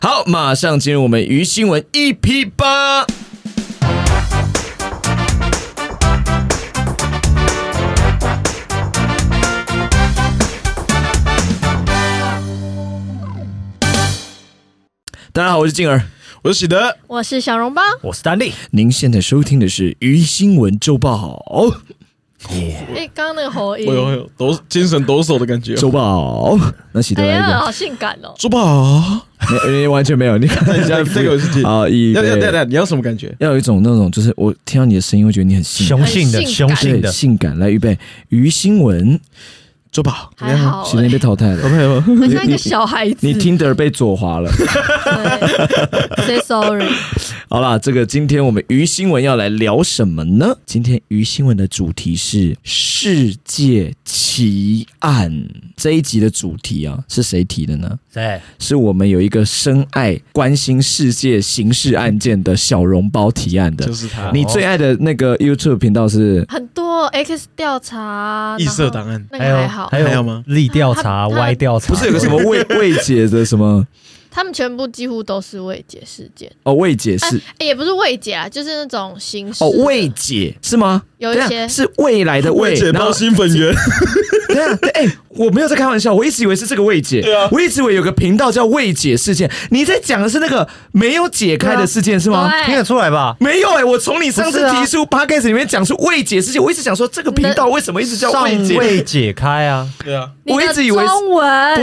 好，马上进入我们鱼新闻 EP 八。大家好，我是静儿。我是喜德，我是小笼包，我是丹力，您现在收听的是《鱼新闻周报》，哎，刚刚那个喉音我，有有抖精神抖擞的感觉哦。周报。那喜得哎来一啊呀，个，好性感哦！珠宝，没、完全没有。你看一 下，这个我是记啊，一要要对等等，你要什么感觉？要有一种那种，就是我听到你的声音，我觉得你很性感雄性的，很性雄感性对的，性感。来，预备，于新闻，珠宝，还好喜得欸，被淘汰好了，朋 友，很像一个小孩子。你 Tinder 被左滑 了。对，say sorry。好啦，这个今天我们于新闻要来聊什么呢？今天于新闻的主题是世界奇案。这一集的主题啊，是谁提的呢？对，是我们有一个深爱关心世界刑事案件的小笼包提案的就。是他。你最爱的那个 YouTube 频道是很多 X 调查、异色档然后案那还个还有好，还有有吗力调查、他他歪调查，不是有个什么 未未解的什么他们全部几乎都是未解事件，哦未解是哎也不是未解啊，就是那种形式哦未解是吗？有一等下些是未来的未，未解然后到新粉圆， 等一下对哎、我没有在开玩笑，我一直以为是这个未解，对啊我一直以为有个频道叫未解事件，你在讲的是那个没有解开的事件是吗？对啊听得出来吧？没有哎、我从你上不是次啊提出 podcast 里面讲出未解事件，我一直想说这个频道为什么一直叫尚未解？未解开啊，对啊，你我一的直以为是中 文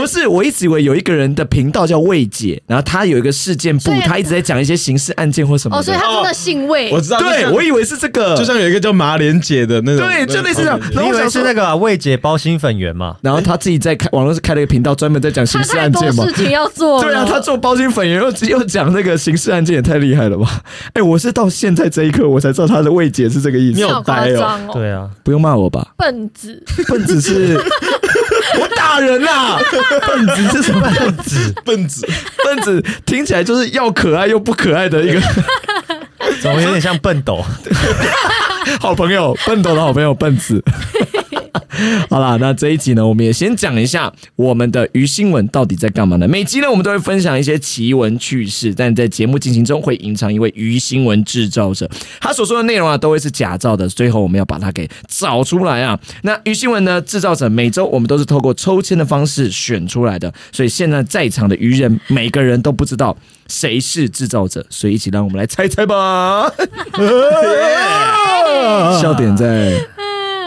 不是，我一直以为有一个人的频道叫魏姐，然后他有一个事件部所以，他一直在讲一些刑事案件或什么哦，所以的。他真的姓魏我，知道。就对，像我以为是这个，就像有一个叫马莲姐的那种，对就类似这样那种然后你以我想说为是那个啊未解包心粉圆嘛？然后他自己在开网络是开了一个频道，专门在讲刑他事太案多件嘛。事情要哦做了。对啊，他做包金粉圆又又讲那个刑事案件，也太厉害了吧！哎，我是到现在这一刻我才知道他的魏姐是这个意你思有。好夸呆哦张哦，对啊，不用骂我吧，笨子， 笨子是。 我打人 啦！ 笨子是什么？笨子，笨子听起来就是要可爱又不可爱的一个怎么有点像笨斗？好朋友，笨斗的好朋友笨 子。好啦，那这一集呢，我们也先讲一下我们的鱼新闻到底在干嘛呢？每集呢，我们都会分享一些奇闻趣事，但在节目进行中会隐藏一位鱼新闻制造者，他所说的内容啊都会是假造的，最后我们要把它给找出来啊。那鱼新闻呢，制造者每周我们都是透过抽签的方式选出来的，所以现在在场的鱼人每个人都不知道谁是制造者，所以一起让我们来猜猜吧。 笑点在。嗯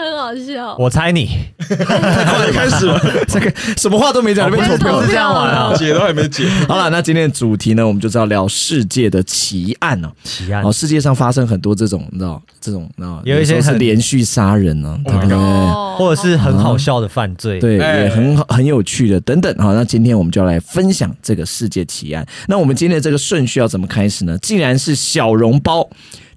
很好笑。我猜你，开始了，这个 什么话都没讲，就被投票不哦是了。这样玩啊？姐都还没解，好了，那今天的主题呢，我们就是要聊世界的奇案哦。奇案哦，世界上发生很多这种，你知道，这种，你知道，也嗯有一些时候是很连续杀人呢、 Oh 对 my 不对？哦或者是很好笑的犯罪，对，哎也很好，很有趣的等等。好，那今天我们就要来分享这个世界奇案。那我们今天的这个顺序要怎么开始呢？既然是小笼包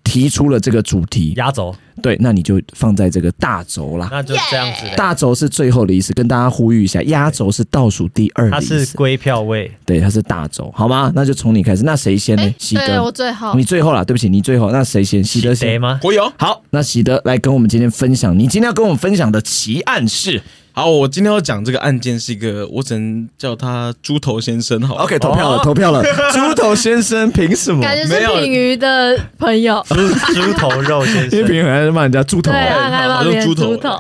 提出了这个主题，压轴，对，那你就放在这个大轴啦。那就这样子的。大轴是最后的意思，跟大家呼吁一下，压轴是倒数第二它的意思。是归票位，对，他是大轴，好吗？那就从你开始，那谁先呢哎？，喜对我德，最好你，最后啦，对不起，你最后，那谁先？喜德谁先。吗？我有。好，那喜德来跟我们今天分享，你今天要跟我们分享的奇案是好，我今天要讲这个案件是一个，我只能叫他猪头先生好了。 ，OK，投票了，投票了，猪头先生凭什么感觉没是有品鱼的朋友，猪猪头肉先 因为别人生，还在骂人家猪头对啊， 好啊，还把好别人猪头猪头，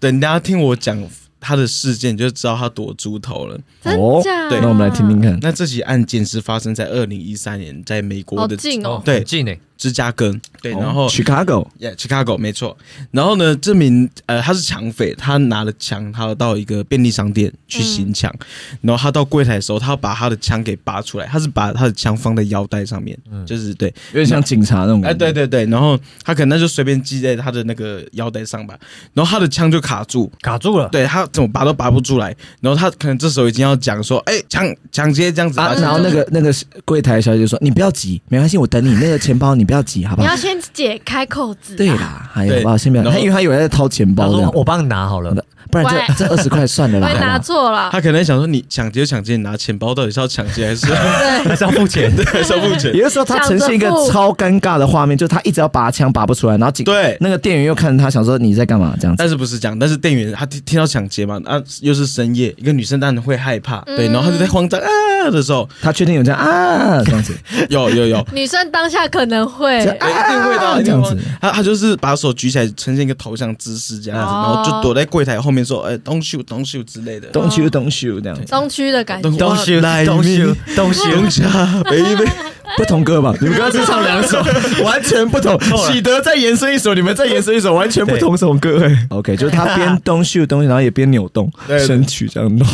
等大家听我讲他的事件，你就知道他多猪头了。啊真哦假？对那我们来听听看。那这起案件是发生在二零一三年，在美国好的近哦，对很近欸诶，芝加哥，对，然后哦 Chicago， Yeah, Chicago 没错。然后呢，这名呃他是抢匪，他拿了枪，他要到一个便利商店去行抢。然后他到柜台的时候，他要把他的枪给拔出来，他是把他的枪放在腰带上面，就是对，有点像警察那种嗯哎、感觉。对对对。然后他可能就随便系在他的那个腰带上吧，然后他的枪就卡住，卡住了，对他怎么拔都拔不出来。然后他可能这时候已经要讲说，哎、抢抢劫这样子啊，把枪然后那个那个柜台小姐就说：“你不要急，没关系，我等你。那个钱包你不要急，好不你好要？先解开扣子啊。对啦，还有对好不好？先不要，然他后因为他以为在掏钱他包这说样我帮你 拿好了，不然这喂这二十块算了我啦，好也不拿好？错了，他可能想说你抢劫就抢劫，你拿钱包到底是要抢劫还是还是要 付钱。还是要付钱？也就是说，他呈现一个想着付超尴尬的画面，就是他一直要拔枪拔不出来，然后警对那个店员又看着他，想说你在干嘛这样子。但是不是这样？但是店员他听听到抢劫嘛，啊，又是深夜，一个女生当然会害怕，对，然后她就在慌张啊的 时候，他确定有这样啊这样子，有有有，女生当下可能会这欸一定会的啊，啊一定会这样子。他他就是把手举起来，呈现一个投降姿势这样子，哦然后就躲在柜台后面说：“哎，don't shoot, don't shoot 之类的。 don't shoot don't shoot 这样子，东区的感觉。 Don't shoot, Like don't shoot, don't don't shoot。 shoot, baby。不同歌吧？你们刚刚只唱两首，完全不同。了喜德再延伸一首，你们再延伸一首，完全不同首歌哎。OK，就是他边 don't shoot don't shoot，然后也边扭动对对身体这样弄。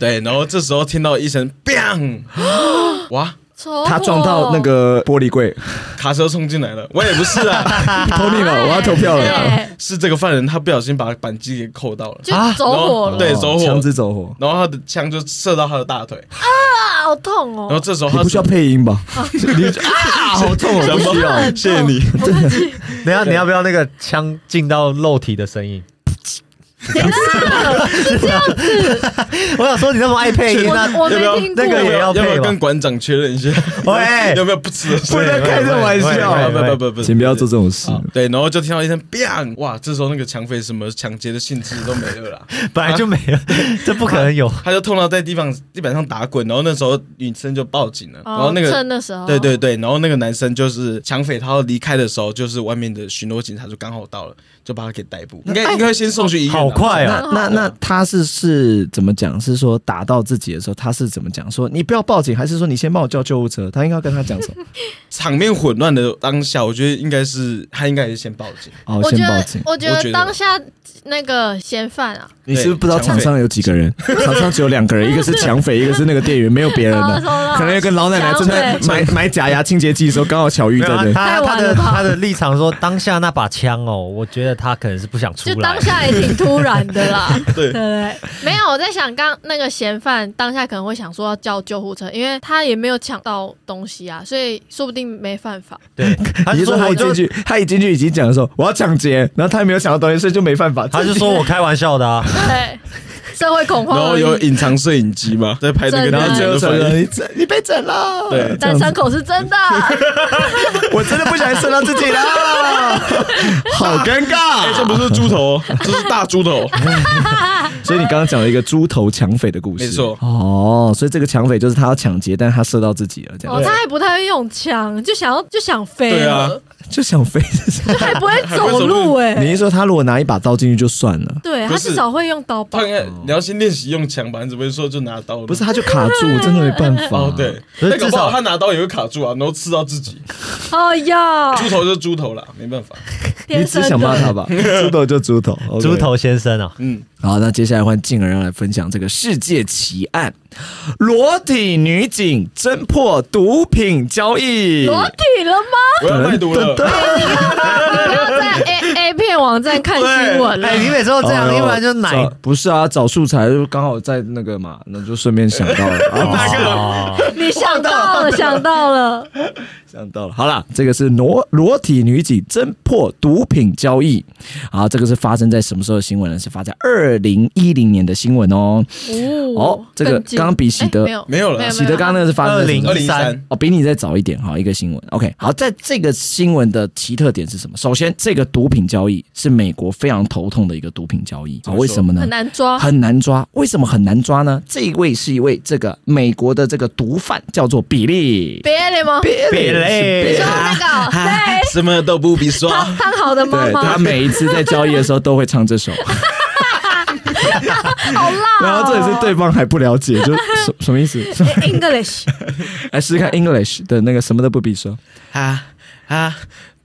对，然后这时候听到一声 bang，哇， 戳他撞到破那个玻璃柜卡车冲进来了。我也不是啊， ，Tony 嘛，我要投票了。对是这个犯人他不小心把扳机给扣到了，就啊走火了，对走火枪支走火。然后他的枪就射到他的大腿，啊，好痛然后哦！这时候你他不需要配音 吧？你啊，好痛 哦！什不需要么？谢谢你。等一下你要不要那个枪进到肉体的声音？啊我想说你那么爱配音，啊那我我要不 要没听过哦那，个也要要不配要吗跟？馆长确认一下？喂要不要不吃了？不能开这玩笑喂不喂喂不喂不 不，请不要做这种事。啊对，然后就听到一声 “bang”，哇！这时候那个抢匪什么抢劫的兴致都没了啦， 本来就没了，这不可能有。他就痛到在地方地板上打滚，然后那时候女生就报警了，然后那哦个。趁那时候，对对对，然后那个男生就是抢匪，他要离开的时候，就是外面的巡逻警察就刚好到了，就把他给逮捕。应该应该会先送去医院啊。 好快那啊！那那他是是怎么讲？是说打到自己的时候，他是怎么讲？说你不要报警，还是说你先帮我叫救护车？他应该要跟他讲 什么？场面混乱的当下，我觉得应该是他应该也是先报警。哦，我先觉报得警。我觉我觉得得当下那个嫌犯啊，你是不是不知道场上有几个 人？场上只有两个人，一个是抢匪，一个是那个店员，没有别人哦的。走了可能又跟老奶奶正在抢买 买假牙清洁剂的时候，刚好巧遇没在有啊这。他太晚他的了吧他的立场说，当下那把枪哦，我觉得他可能是不想出就来当。下也挺突然的啦，对对对，没有我在想，刚那个嫌犯当下可能会想说要叫救护车，因为他也没有抢到东西啊，所以说不定没犯法。对，他你就是说说他我一进就去， 他一进去已经讲说我要抢劫，然后他也没有想到东西，所以就没犯法。他就说我开玩笑 的啊，对， 社会恐然慌后而已，有隐藏摄影机嘛，在拍那个真的男然后生最后的承反应。认你整你被整了，对这样但子伤口是真的。啊我真的不想射到自己了， 好尴哎，尬。这不是猪头，这是大猪头。所以你刚刚讲了一个猪头抢匪的故事，没错哦，所以这个抢匪就是他要抢劫，但是他射到自己了，这样哦，他还不太会用枪，就想要就想飞对啊了，就想飞。就还不会还不会走走路路哎、你一说他如果拿一把刀进去就算了，对不他是至少会用刀吧他？应该你要先练习用枪吧，你只会说就拿刀。不是他就卡住， 真的没办法。哦，对，可是那搞至不好少他拿刀也会卡住啊，然后刺到自己。哎呀，猪头就是猪头啦，没办法。你天只生想骂他的。吧， 猪头就猪 头，OK 猪。头先生啊，嗯，好，那接下来换静儿要来分享这个世界奇案：裸体女警侦破毒品交易。裸体了吗？我要卖毒了。不要在 A A 片网站看新闻了哎，。你每次都 这样，哦要不然就奶找不是啊，找素材就刚好在那个嘛， 那就顺便想到 了，啊、哦你想到了，想到了， 想到了。好啦，这个是裸裸体女警侦破毒品交易，啊，这个是发生在什么时候的新闻呢？是发在二零一零年的新闻哦。哦哦这个更近刚比喜德哎没有没有了喜德刚刚那个是发生在什么时候2013哦，比你再早一点哈，一个新闻。OK，好，在这个新闻的奇特点是什么？首先，这个毒品交易是美国非常头痛的一个毒品交易啊，么说为什么呢？很难抓，很难抓。为什么很难抓呢？这一位是一位这个美国的这个毒贩，叫做比利。别的吗？比比利是你说 那个对什么都不必说。汤汤好的妈啊对他妈，每一次在交易的时候都会唱这首， 好辣哦。然后这也是对方还不了解，就什什么意思？哎 English，来试试看 English 的那个什么都不必说，啊啊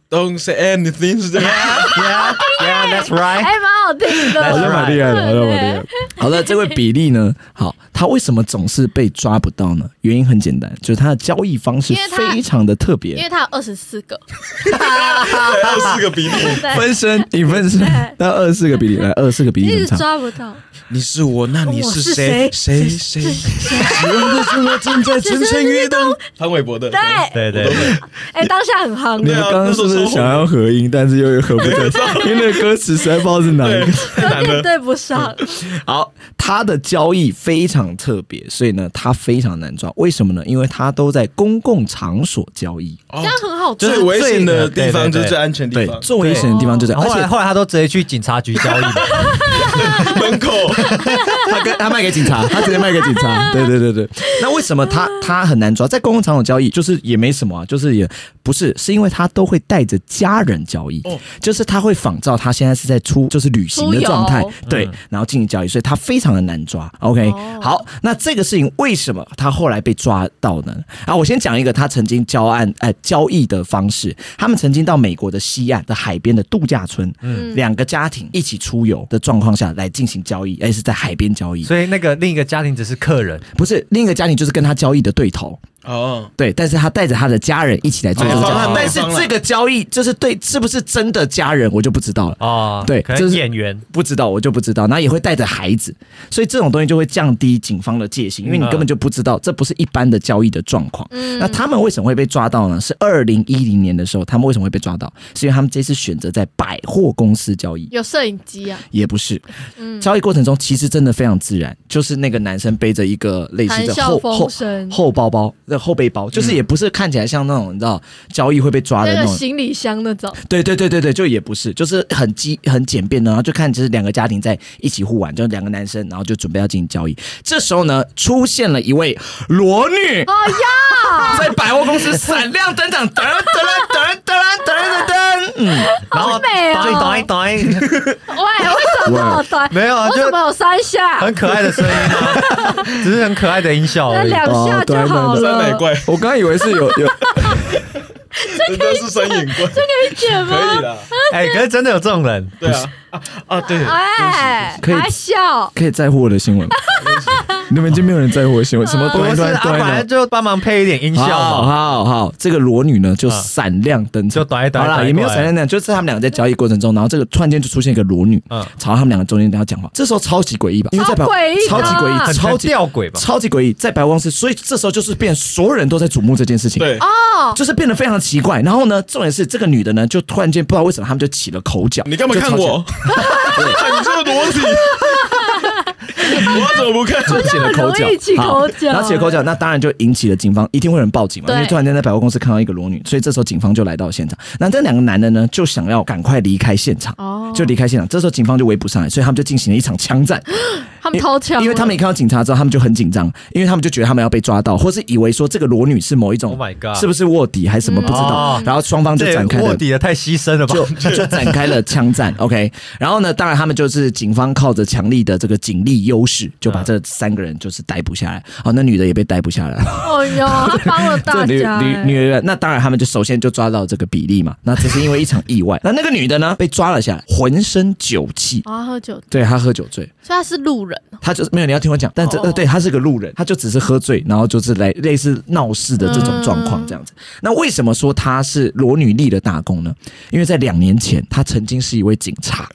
，Don't say anything 是这样。 ，Yeah yeah that's right，哎，蛮好好听好像的。蛮厉害的，好像蛮厉害的。好了，这位比利呢？好，他为什么总是被抓不到呢？原因很简单，就是他的交易方式因为他非常的特因别为，它有二十四个，二十四个比例，对，分身影分身，那二十四个比利，来二十四个比一利直很长。抓不到。你是我，那你我是谁？谁谁谁？希望的生活正在蠢蠢欲动。潘玮柏的，对，对对对，哎，当下很夯你们对啊刚刚是不是想要合音，但是又合不 啊成？因为那个歌词实在不知道是哪一个。有点对不上。哦好，他的交易非常特别，所以呢，他非常难抓。为什么呢？因为他都在公共场所交易，哦这样很好抓最。危险的地对对对方对就是最安全的对地方，，最危险的地方就在，而后且来后来他都直接去警察局交易，门口。他跟他卖给警察，他直接卖给警 察。对对对对。那为什么他他很难抓？在公共场所交易，就是也没什么啊，就是也不是，是因为他都会带着家人交易，哦就是他会仿照他现在是在出就是旅行的状态出嗯游，对，然后进行交易，所以他非常的难抓。OK，、哦好，那这个事情为什么他后来被抓到呢？啊，我先讲一个他曾经交案呃交易的方式，他们曾经到美国的西岸的海边的度假村，嗯两个家庭一起出游的状况下来进行交易，哎而是在海边交易。 所以那个另一个家庭只是客人，不是另一个家庭就是跟他交易的对头，哦，对，但是他带着他的家人一起来做这个买交易哦方，但是这个交易就是对是不是真的家人，我就不知道了。哦，对可就能是演员，不知道，我就不知道。那也会带着孩子，所以这种东西就会降低警方的戒心，因为你根本就不知道，这不是一般的交易的状况。嗯那他们为什么会被抓到呢？是二零一零年的时候，他们为什么会被抓到？是因为他们这次选择在百货公司交易，有摄影机啊，也不是。嗯，交易过程中其实真的非常自然，就是那个男生背着一个类似谈的笑后后风嗯生，后包包、那后背包，就是也不是看起来像那种你知道交易会被抓的那那个种。行李箱那种，对对对对对，就也不是，就是很基很简便的，然后就看就是两个家庭在一起互玩，就两个男生，然后就准备要进行交易。这时候呢，出现了一位裸女哦呀，在百货公司闪亮登场，噔噔噔噔噔噔噔噔，嗯，然后美哦抖音抖音抖音，喂，为什么短？没有啊，为什就么有三下？ 很可爱的声音啊， 只是很可爱的音效那而已。两下就好哦三了，百这块，我刚刚以为是有有真的是身影怪，可以剪可以吗？啦，哎，可是真的有这种人，对啊，啊啊对，哎，可以还笑，可以在乎我的新闻吗， 你们已经没有人在乎我的新闻，什呃么不端是端啊，端本来就帮忙配一点音效好嘛，好好，这个裸女呢就闪亮登场，就短一短好一啦，短一也没有短闪亮登场，就是他们两个在交易过程中，然后这个突然间就出现一个裸女，嗯朝他们两个中间跟他讲话，这时候超级诡异吧，因为在百超诡异的超级诡异，啊很超超级吊诡吧？超级诡异，在百货公司，所以这时候就是变所有人都在瞩目这件事情，对，哦，就是变得非常奇怪。然后呢，重点是这个女的呢，就突然间不知道为什么他们就起了口角，你干嘛就看吵起来我？ 你这么裸体，我怎么 不看？就起了口角，容易起好口角然后起了口角，那当然就引起了警方，一定会有人报警嘛，对因为突然间在百货公司看到一个裸女，所以这时候警方就来到现场。那这两个男的呢，就想要赶快离开现场，哦就离开现场。这时候警方就围捕上来，所以他们就进行了一场枪战， 他们掏枪了，因为他们一看到警察之后，他们就很紧张，因为他们就觉得他们要被抓到，或是以为说这个裸女是某一种 Oh my god 是不是卧底还是嗯什么不知道哦，然后双方就这展开也了卧底的太牺牲了 吧？就就展开了枪战。OK，然后呢，当然他们就是警方靠着强力的这个警力优势，就把这三个人就是逮捕下来。哦，那女的也被逮捕 下来了。哦哟，他帮了这大女家，欸女女人，那当然他们就首先就抓到这个比例嘛。那只是因为一场意外， 那那个女的呢被抓了下来，浑身酒气。啊，喝酒，对她喝酒醉，所以他是路人，她就是没有你要听我讲，但这、哦呃对她是个路人，她就只是喝醉，然后就是来类似闹事的这种状况这样子。那为什么说她是裸女立的大功呢？因为在两年前，她曾经是一位警察，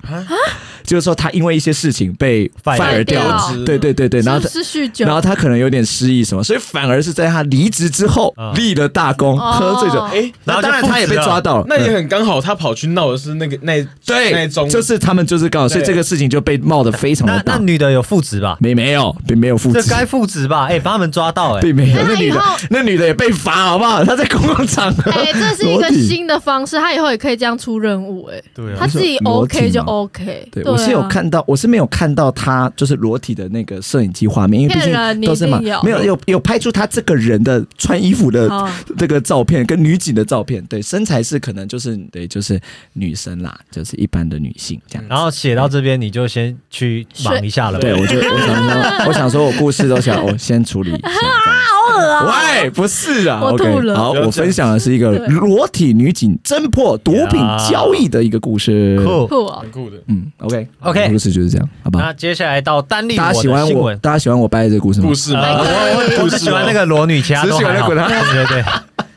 就是说她因为一些事情被 Fire 反而掉掉职，对对对对，然后她是。是酗酒然，后她可能有点失忆什么，所以反而是在她离职之后嗯立了大功，哦喝醉酒，哎，那然后就当然复她也被职了抓到了，那也嗯很刚好，他跑去闹的是那个那那一对，宗，就是他们就是刚好，所以对这个事情就被冒得非常的那那大，女的有父职吧？没没有并没有复这职，该父职吧？哎，把他们抓到哎， 并没有，那那女的以后那女的也被罚好不 好？她在公共场合，哎，这是一裸个体啊新的方式，他以后也可以这样出任务，哎，对他自己裸体 OK 就吗 OK，对，啊我是有，看到，我是没有看到她就是裸体的那个摄影机画面，因为毕骗人竟你都是嘛一定，有没有有有拍出她这个人的穿衣服的哦这个照片跟女警的照片，对，身材是可能就是对就是女生啦，就是一般的女性这样子。然后写到这边你就先去忙一下了吧。对，我就我想说，我想说我故事都想我先处理一下。这样子啊好恶啊，喂，不是啊我，OK，吐了好，不要我这样分享的是一个对裸体女警侦破毒品交易的一个故事。酷酷哦， 很酷的。嗯，OK， OK OK 故事就是这样，好不好那？接下来到单立大家我喜的欢新我，闻，大家喜欢我掰的这个故事吗故？事呃吗？我我只喜欢那个裸女，其他只都喜欢还那好。滚啊！对对对，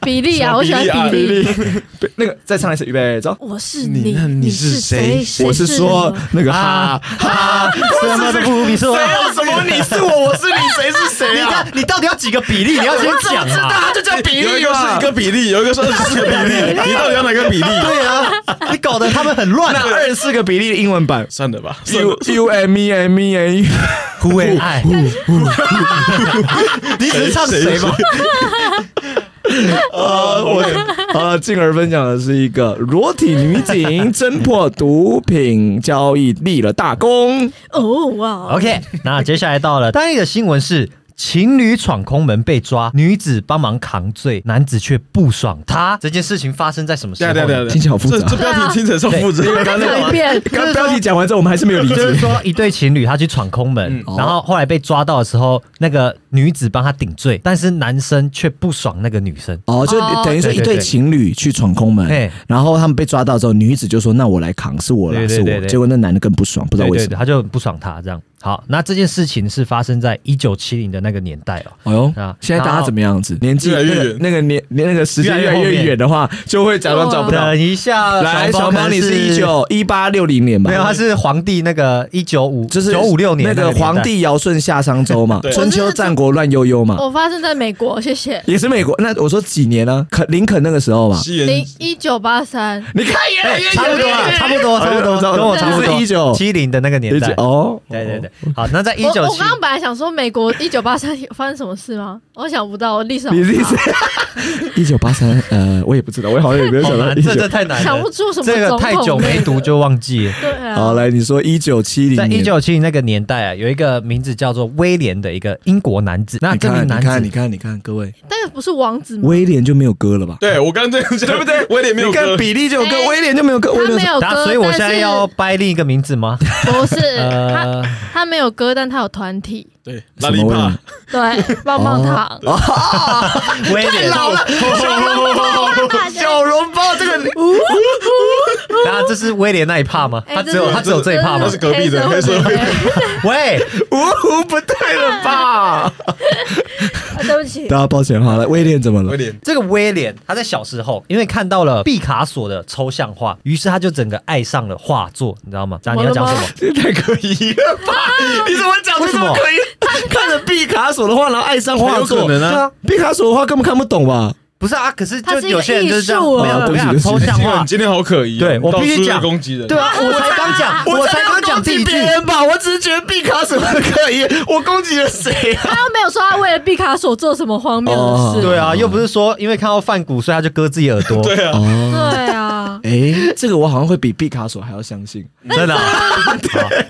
比例啊，我喜欢比比例。例，对那个再唱一次，预备走。我是你你，那你是是谁谁我是说那个哈 哈，啊什么都不如你说。有什么你是我，我是你，谁是谁啊你到？你到底要几个比例？你要先讲啊嘛。就叫比有一个是一个比例，有一个是二十四个比例，你到底要哪个比例？啊对啊，你 搞得他们很乱那。二十四个比例的英文版算了吧，算了，U。U M E M E M E，胡哎为爱，你只是唱谁吗？呃，我呃，进而分享的是一个裸体女 警侦破毒品交易立了大功，哦哇 OK，那接下来到了单一的新闻是。情侣闯空门被抓，女子帮忙扛罪，男子却不爽她。这件事情发生在什么时对候啊对啊对啊呢？对啊，听起来好复杂这这标题听起来超复杂。 刚随便刚刚标题讲完之后，我们还是没有理解就。是说，一对情侣他去闯空门，嗯然后后来被抓到的时候，那个女子帮他顶罪，但是男生却不爽那个女生。哦，就哦等于说对一对对对情侣去闯空门嘿，然后他们被抓到之后，女子就说：“那我来扛，是我啦，对对是对我。”对结果那男的更不爽，不知道对为对什对，么。他就不爽他这样。好，那这件事情是发生在一九七零的那个年代哦。哎呦啊，现在大然家后怎么样子？年纪越来越那个那远个年那个时间越越来来越后越面远的话，就会假装找哦不到等。一下，来，小猫猫，你是一九一八六零年吧？没有，他是皇帝那个一九五，就是九五六年那个个年代皇。帝尧舜夏商周嘛，对春秋战国乱悠悠嘛，我发生在美国，谢谢。也是美国。那我说几年呢？肯林肯那个时候嘛，西零元一九八三，你看也哎差不多啊，差不哎多，差不多，跟我差不多，一九七零的那个年代。哦，对对对，好，那在一我九我七刚，刚本来想说美国一九八三发生什么事吗？我想不到，我历史好你是 一九八三，呃，我也不知道，我好像也没有好想到难，一哦这九这。太难了，想不出什么这个总统太久没读就忘记 了。对啊。好，来，你说一九七零在年，一九七零那个年代啊，有一个名字叫做威廉的一个英国男子。那你这名看，你男看，你子，看，你看，各位，但是不是王子吗？威廉就没有歌了吧？对我刚刚这样讲，对 不 对？我也没有你看歌，比利就有歌，哎威廉就没有歌， 他威廉没有那歌，啊所以我现但在是要掰另一个名字吗？不是他呃，他没有歌，但他有团体，对，什拉么力威廉帕，哦对，棒棒糖，啊威廉， 小笼包这个然后这是威廉那一趴吗？哎他只有这是他只有这一趴吗这？是隔壁的黑社会黑社会喂，呜呼，哦不对了吧？啊 对不起，大家抱歉，好了，威廉怎么了威？廉，这个威廉他在小时候因为看到了毕卡索的抽象画，于是他就整个爱上了画作，你知道吗？这样你要讲什我么的？这太可疑了吧？你怎么讲出这啊么可疑？看着毕卡索的画，然后爱上画作，有可能啊对啊！毕卡索的画根本看不懂吧？不是啊，可是他就是一个有些人就是这样，艺术啊没有，我跟你对不讲起对不抽起象今天画你，今天好可疑哦，对我到处必须在讲攻击人，对啊，我才刚讲，我才刚讲第一句别，人吧，我只是觉得毕卡索很可 疑，我攻击了谁啊？他又没有说他为了毕卡索做什么荒谬的哦事，对啊，又不是说因为看到范谷所以他就割自己耳 朵，对啊，哦对啊，哎，这个我好像会比毕卡索还要相信。真的啊。好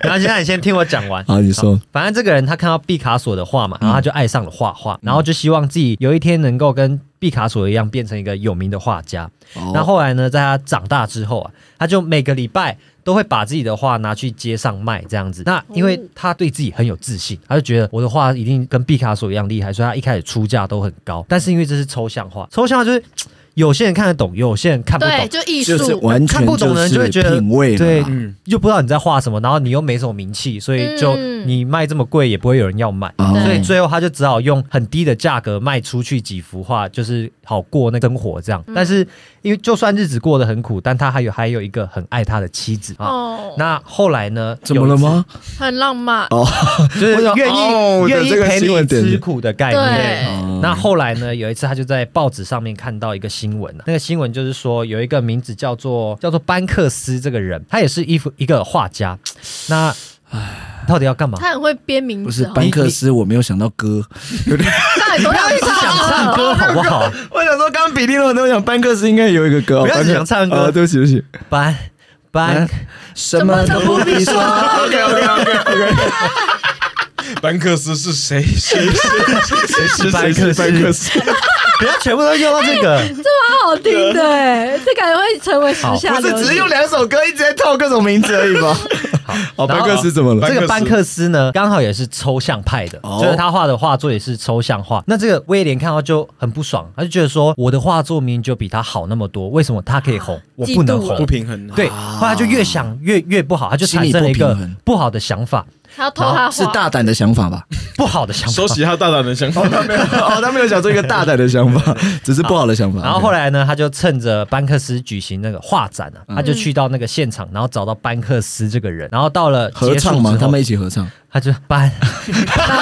然后现在你先听我讲完。好，你说嗯反正这个人他看到毕卡索的画嘛，然后他就爱上了画画，然后就希望自己有一天能够跟毕卡索一样变成一个有名的画家。哦那后来呢，在他长大之后啊，他就每个礼拜都会把自己的画拿去街上卖这样子。那因为他对自己很有自信，他就觉得我的画一定跟毕卡索一样厉害，所以他一开始出价都很高。但是因为这是抽象画，抽象画就是有些人看得懂，有些人看不对，懂。就艺就是术，完全看不懂的人就就是会觉得品味了对啦嗯，又不知道你在画什么，然后你又没什么名气，所以就嗯你卖这么贵也不会有人要买。哦所以最后他就只好用很低的价格卖出去几幅画，就是好过那生活这样。嗯但是因为就算日子过得很苦，但他还有还有一个很爱他的妻子啊。哦，那后来呢？怎么了吗？很浪漫，有一次？就是愿哦意愿这意个陪新闻你点吃苦的概念。对，哦那后来呢？有一次，他就在报纸上面看到一个新闻、啊，那个新闻就是说有一个名字叫做叫做班克斯这个人，他也是一幅一个画家。那到底要干嘛？他很会编名不字是哦，班克斯，我没有想到歌。到底多少只想啊唱歌好不好？我想说，刚刚比利诺都想班克斯应该有一个歌，不要班克只想唱歌啊对不起，对不起，班班什么都不必说 OK OK OK OK，班克斯是谁？谁谁 谁是班克斯班克斯， 不要全部都用到这个。超好听的欸，这感觉会成为时好下不流是只是行 用两首歌一直在套各种名字而已吧？好，哦，然班后克斯怎么了？班克这斯个班克斯呢，刚好也是抽象派的，哦就是他画的画作也是抽象画。那这个威廉看到就很不爽，他就觉得说，我的画作明明就比他好那么多，为什么他可以红，我不能嫉妒了红不？平衡啊。对，后来就越想越越不好，他就产生了一心理个不平衡不好的想法，他要偷他 的是画，大胆的想法吧？不好的想法。收起他大胆的想 法，哦，他没有想出一个大胆的想 法，只是不好的想法。然后后来呢，他就趁着班克斯举行那个画展嗯啊，他就去到那个现场，然后找到班克斯这个人，然后到了合结束唱之吗后？他们一起合唱？他就班，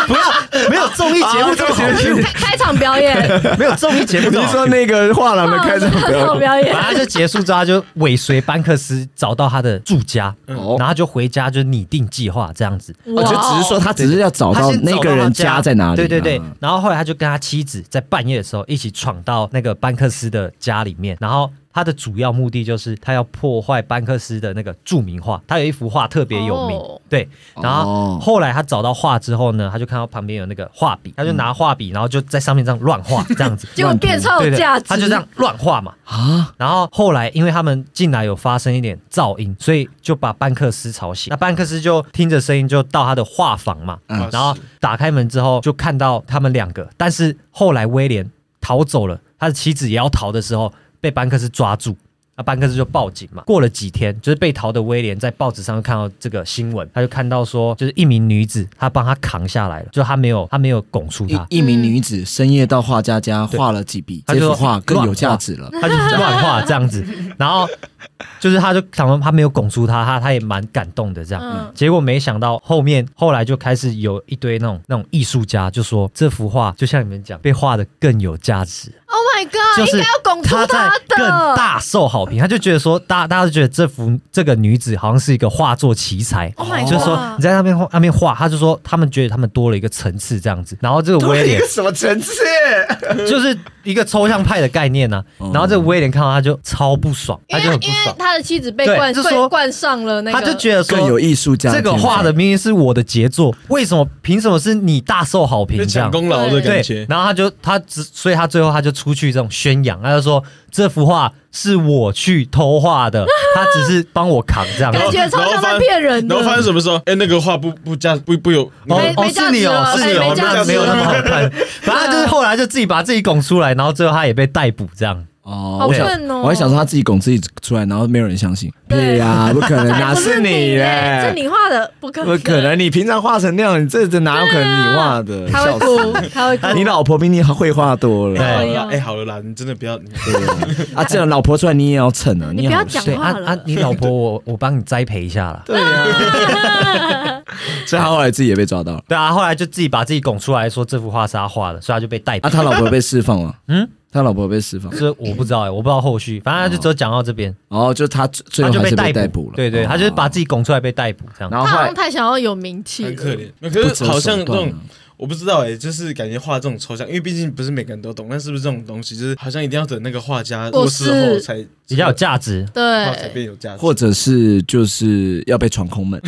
不要没有综艺节目这么好开 Q， 开场表演，没有综艺节目啊 你这么好说那个画廊的开场 开场表演？表 演，反正就结束之后，他就尾随班克斯找到他的住家，哦然后他就回家就拟定计划这样子。我我就只是说，他只是要找他哦到先那找个到人他家在哪里。啊对对对。然后后来他就跟他妻子在半夜的时候一起闯到那个班克斯的家里面，然后他的主要目的就是他要破坏班克斯的那个著名画，他有一幅画特别有名，哦对。然哦后后来他找到画之后呢，他就看到旁边有那个画笔，他就拿画笔，然后就在上面这样乱画，这样子。 结果变超对有对价值，他就这样乱画嘛，啊，然后后来因为他们进来有发生一点噪音，所以就把班克斯吵醒。那班克斯就听着声音就到他的画房嘛，啊嗯啊然后打开门之后就看到他们两个，但是后来威廉逃走了，他的妻子也要逃的时候被班克斯抓住。那班克斯就报警嘛。过了几天，就是被逃的威廉在报纸上就看到这个新闻，他就看到说，就是一名女子，她帮他扛下来了，就他没有，他没有拱出他，一一名女子深夜到画家家画了几笔，他这就幅说画更有乱价画值了。他就乱画这样子，然后就是他就想说他没有拱出他，他他也蛮感动的这样。嗯结果没想到后面后来就开始有一堆那种那种艺术家就说这幅画就像你们讲被画的更有价值， ，Oh my 就 God，是应该要拱出他在的，更大受好评，他就觉得说大大家都觉得这幅这个女子好像是一个画作奇才。 Oh my 就是说 god！你在那边画那边画，他就说他们觉得他们多了一个层次这样子，然后这个威廉什么层次？就是一个抽象派的概念呢、哦然后这个威廉看到他就超不爽，因他为就很不因为爽，他的妻子被对灌就被说灌上了那个，他就觉得更有说艺术家这个画的明明是我的杰作，为什么凭什么是你大受好评就这抢样？功劳的对感觉，。然后他就他只，所以他最后他就出去这种宣扬，啊他就说这幅画是我去偷 画的，他只是帮我扛这样哦子。感觉超像在骗人的然后发生什么时候？哎，那个话不不加不不有哦没哦，没价值是你哦了，是哎你没哦，价值那没有那么好 看。反正他就是后来就自己把自己拱出来，然后最后他也被逮捕这样。哦，好我想笨哦我还想说他自己拱自己出来，然后没有人相信。对对呀，不可能，才 哪不哎是你嘞？嘞？这你画的不可不可能，你平常画成那样，你这这哪有可能你画的？啊他笑会死哭，他会哭。 你老婆比你会画多了。好对了，哎，好了啦，你真的不要，你啊，这样老婆出来你也要蹭啊，你也不要好讲对啊话了啊，你老婆我我帮你栽培一下啦。对呀。所以他后来自己也被抓到了。对啊，后来就自己把自己拱出来说这幅画是他画的，所以他就被逮捕啊，。他老婆被释放了。嗯 嗯，他老婆被释放，这我不知道哎、我不知道后续，反正他就只有讲到这边，然哦后就他最最他后就还是逮逮捕了。对对，哦他就是把自己拱出来被逮捕这样。然后他后好来像太想要有名气，很可怜。不可是择好手像这段种啊。我不知道哎、就是感觉画这种抽象，因为毕竟不是每个人都懂，但是不是这种东西，就是好像一定要等那个画家过过世世后才比较有价值，画才对，变有价值，或者是就是要被闯空门，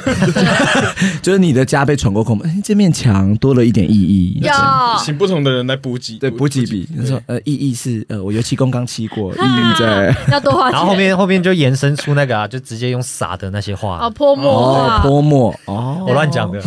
就是你的家被闯过空门，哎这面墙多了一点意义。要请不同的人来补给，对，补几笔。你说，呃，意义是呃，我油漆工刚漆过，意义 在 要多花钱。然后后面后面就延伸出那个啊，就直接用撒的那些啊，画，泼墨哦画，泼墨哦。我乱讲的。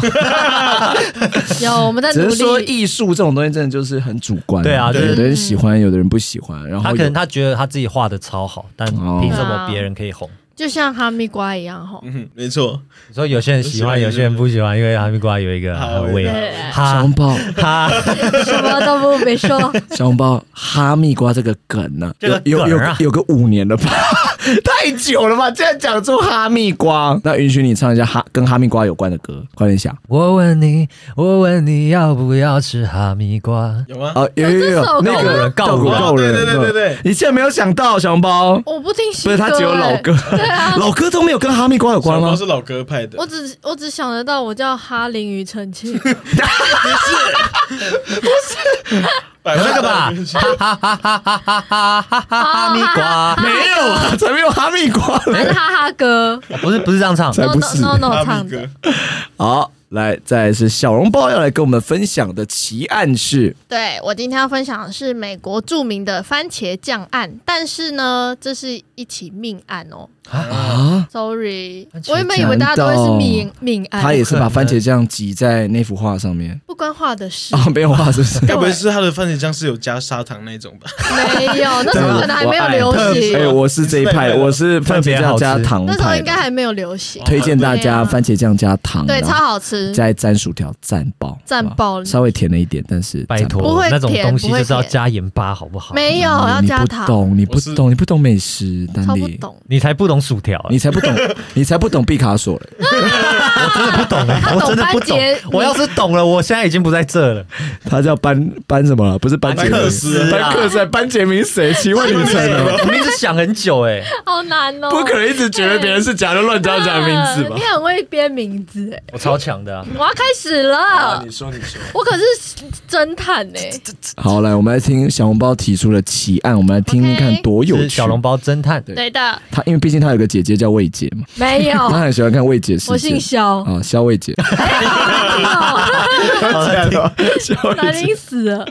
有我们在只努是说力。艺术这种东西真的就是很主观，对啊就是有嗯的人喜欢，有的人不喜欢，然后他可有能他觉得他自己画的超好，但哦凭什么别人可以红？就像哈密瓜一样吼，嗯哼，没错，你说有些人喜欢，有些人不喜欢，因为哈密瓜有一个好味味道道。对，哈小红包，哈， 什么都不 没说，小红包哈密瓜这个梗呢，这个有有有梗啊有个五年了吧， 太久了吧，竟然讲出哈密瓜。那允许你唱一下哈跟哈密瓜有关的歌，快点想。我问你，我问你要不要吃哈密瓜？有吗？啊，有有有这首有歌那个告告五人告人，对对对对对你竟然没有想到小红包，我不听不新是歌，他只有老哎歌，对啊， 老歌都没有跟哈密瓜有关小吗猫？是老歌派的我，只我只想得到我叫哈林庾 澄庆，百有分那之个吧，哈哈哈哈哈哈哈哈哈哈密瓜，没有啊，才没有哈密瓜还嘞。是哈哈哥不是不是这样唱，才不是 no no no 哈唱密的哥， 好，来，再来是小笼包要来跟我们分享的奇案是，对我今天要分享的是美国著名的番茄酱案，但是呢，这是一起命案哦。啊， Sorry，番茄我原本以为大家都会是难命命案，哦他也是不可把能番茄酱挤在那幅画上 面不关话的事，啊，没有画是 不是？该不会是他的番茄酱是有加砂糖那种吧？没有， 那时候可能还没有流哎、行，我是这一派，我是番茄酱加糖那时候派应的该，还没有流行，推荐大家番茄酱加糖，对，然超后好吃，再沾薯条，赞爆，赞爆好吧稍微甜了一点，但是拜赞不托会，那种甜东西不会就是要甜加盐巴，好不好？没有爆要你加不糖，懂，你不我是懂，你不懂美食，丹超不尼，懂，你才不懂薯条， 你才不懂，你才不懂毕卡索嘞。不懂欸， 他我懂真的不班懂杰。我要是懂了，我现在已经不在这 了。他叫班班什么啊了？不是班杰班明克斯啊班克斯还，班杰明谁？奇问你成 哦，我们一直想很久哎，好难哦，不可能一直觉得别人是假的，乱叫假名字吧你？很会编名字哎， 我超强的啊。我要开始啊了，说你说。我可是侦探哎，好，来，我们来听小红包提出的奇案，我们来听听看 OK 多有是趣。小笼包侦探，对对的，他因为毕竟他有个姐姐叫魏姐嘛，没有，他很喜欢看魏姐事件。我姓肖，啊，肖魏姐，肖难魏姐听死了。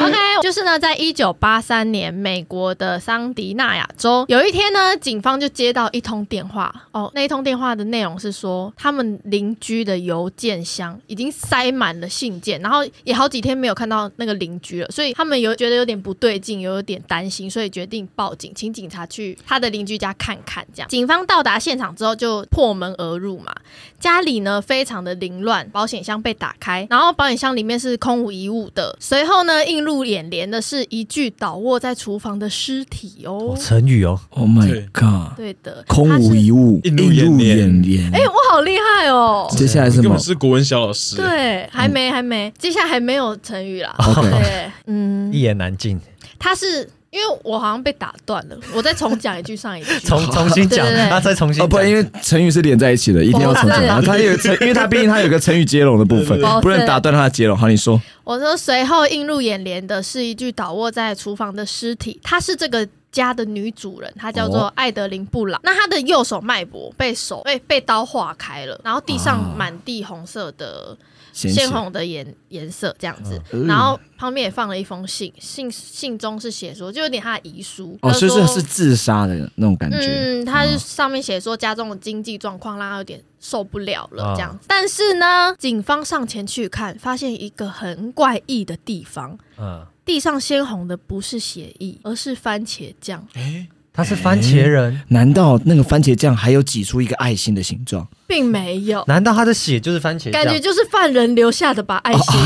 OK，就是呢，在一九八三年，美国的桑迪纳亚州有一天呢，警方就接到一通电话。哦，那一通电话的内容是说，他们邻居的邮件箱已经塞满了信件，然后也好几天没有看到那个邻居了，所以他们有觉得有点不对劲，有点担心，所以决定报警，请警察去他的邻居家看看。这样，警方到达现场之后就破门而入嘛，家里呢非常的凌乱，保险箱被打开，然后保险箱里面是空无一物的。随后呢，映入眼帘的是一具倒卧在厨房的尸体哦哦，。成语哦， ，Oh my 对 god，对的，空无一物。物，它是映映入入眼眼帘。哎、我好厉害哦！接下来是 根什么本？是国文小老师。欸对，还没还没，接下来还没有成语啦。 OK 对，嗯，一言难尽。他是因为我好像被打断了，我再重讲一句上一句。 重重新讲对对，对他再重新哦，讲。不然因为成语是连在一起的，一定要重讲。对然后它有成，因 为它毕竟它有个成语接龙的部分对对啊对，不能打断它的接龙。好，你说我说，随后映入眼帘的是一具倒卧在厨房的尸体，她是这个家的女主人，她叫做哦艾德琳·布朗。那她的右手脉搏被手被被刀划开了，然后地上啊满地红色的先鲜红的颜颜色这样子，嗯然后旁边也放了一封信，信信中是写说，就有点她的遗书哦，所以就说是自杀的那种感觉。哦嗯，他就上面写说家中的经济状况让他有点受不了了啊这样子。但是呢，警方上前去看，发现一个很怪异的地方，嗯，地上鲜红的不是血液，而是番茄酱，哎，他是番茄人，难道那个番茄酱还有挤出一个爱心的形 状？并没 有，难道他的血就是番茄酱？感觉就是犯人留下的吧，爱心，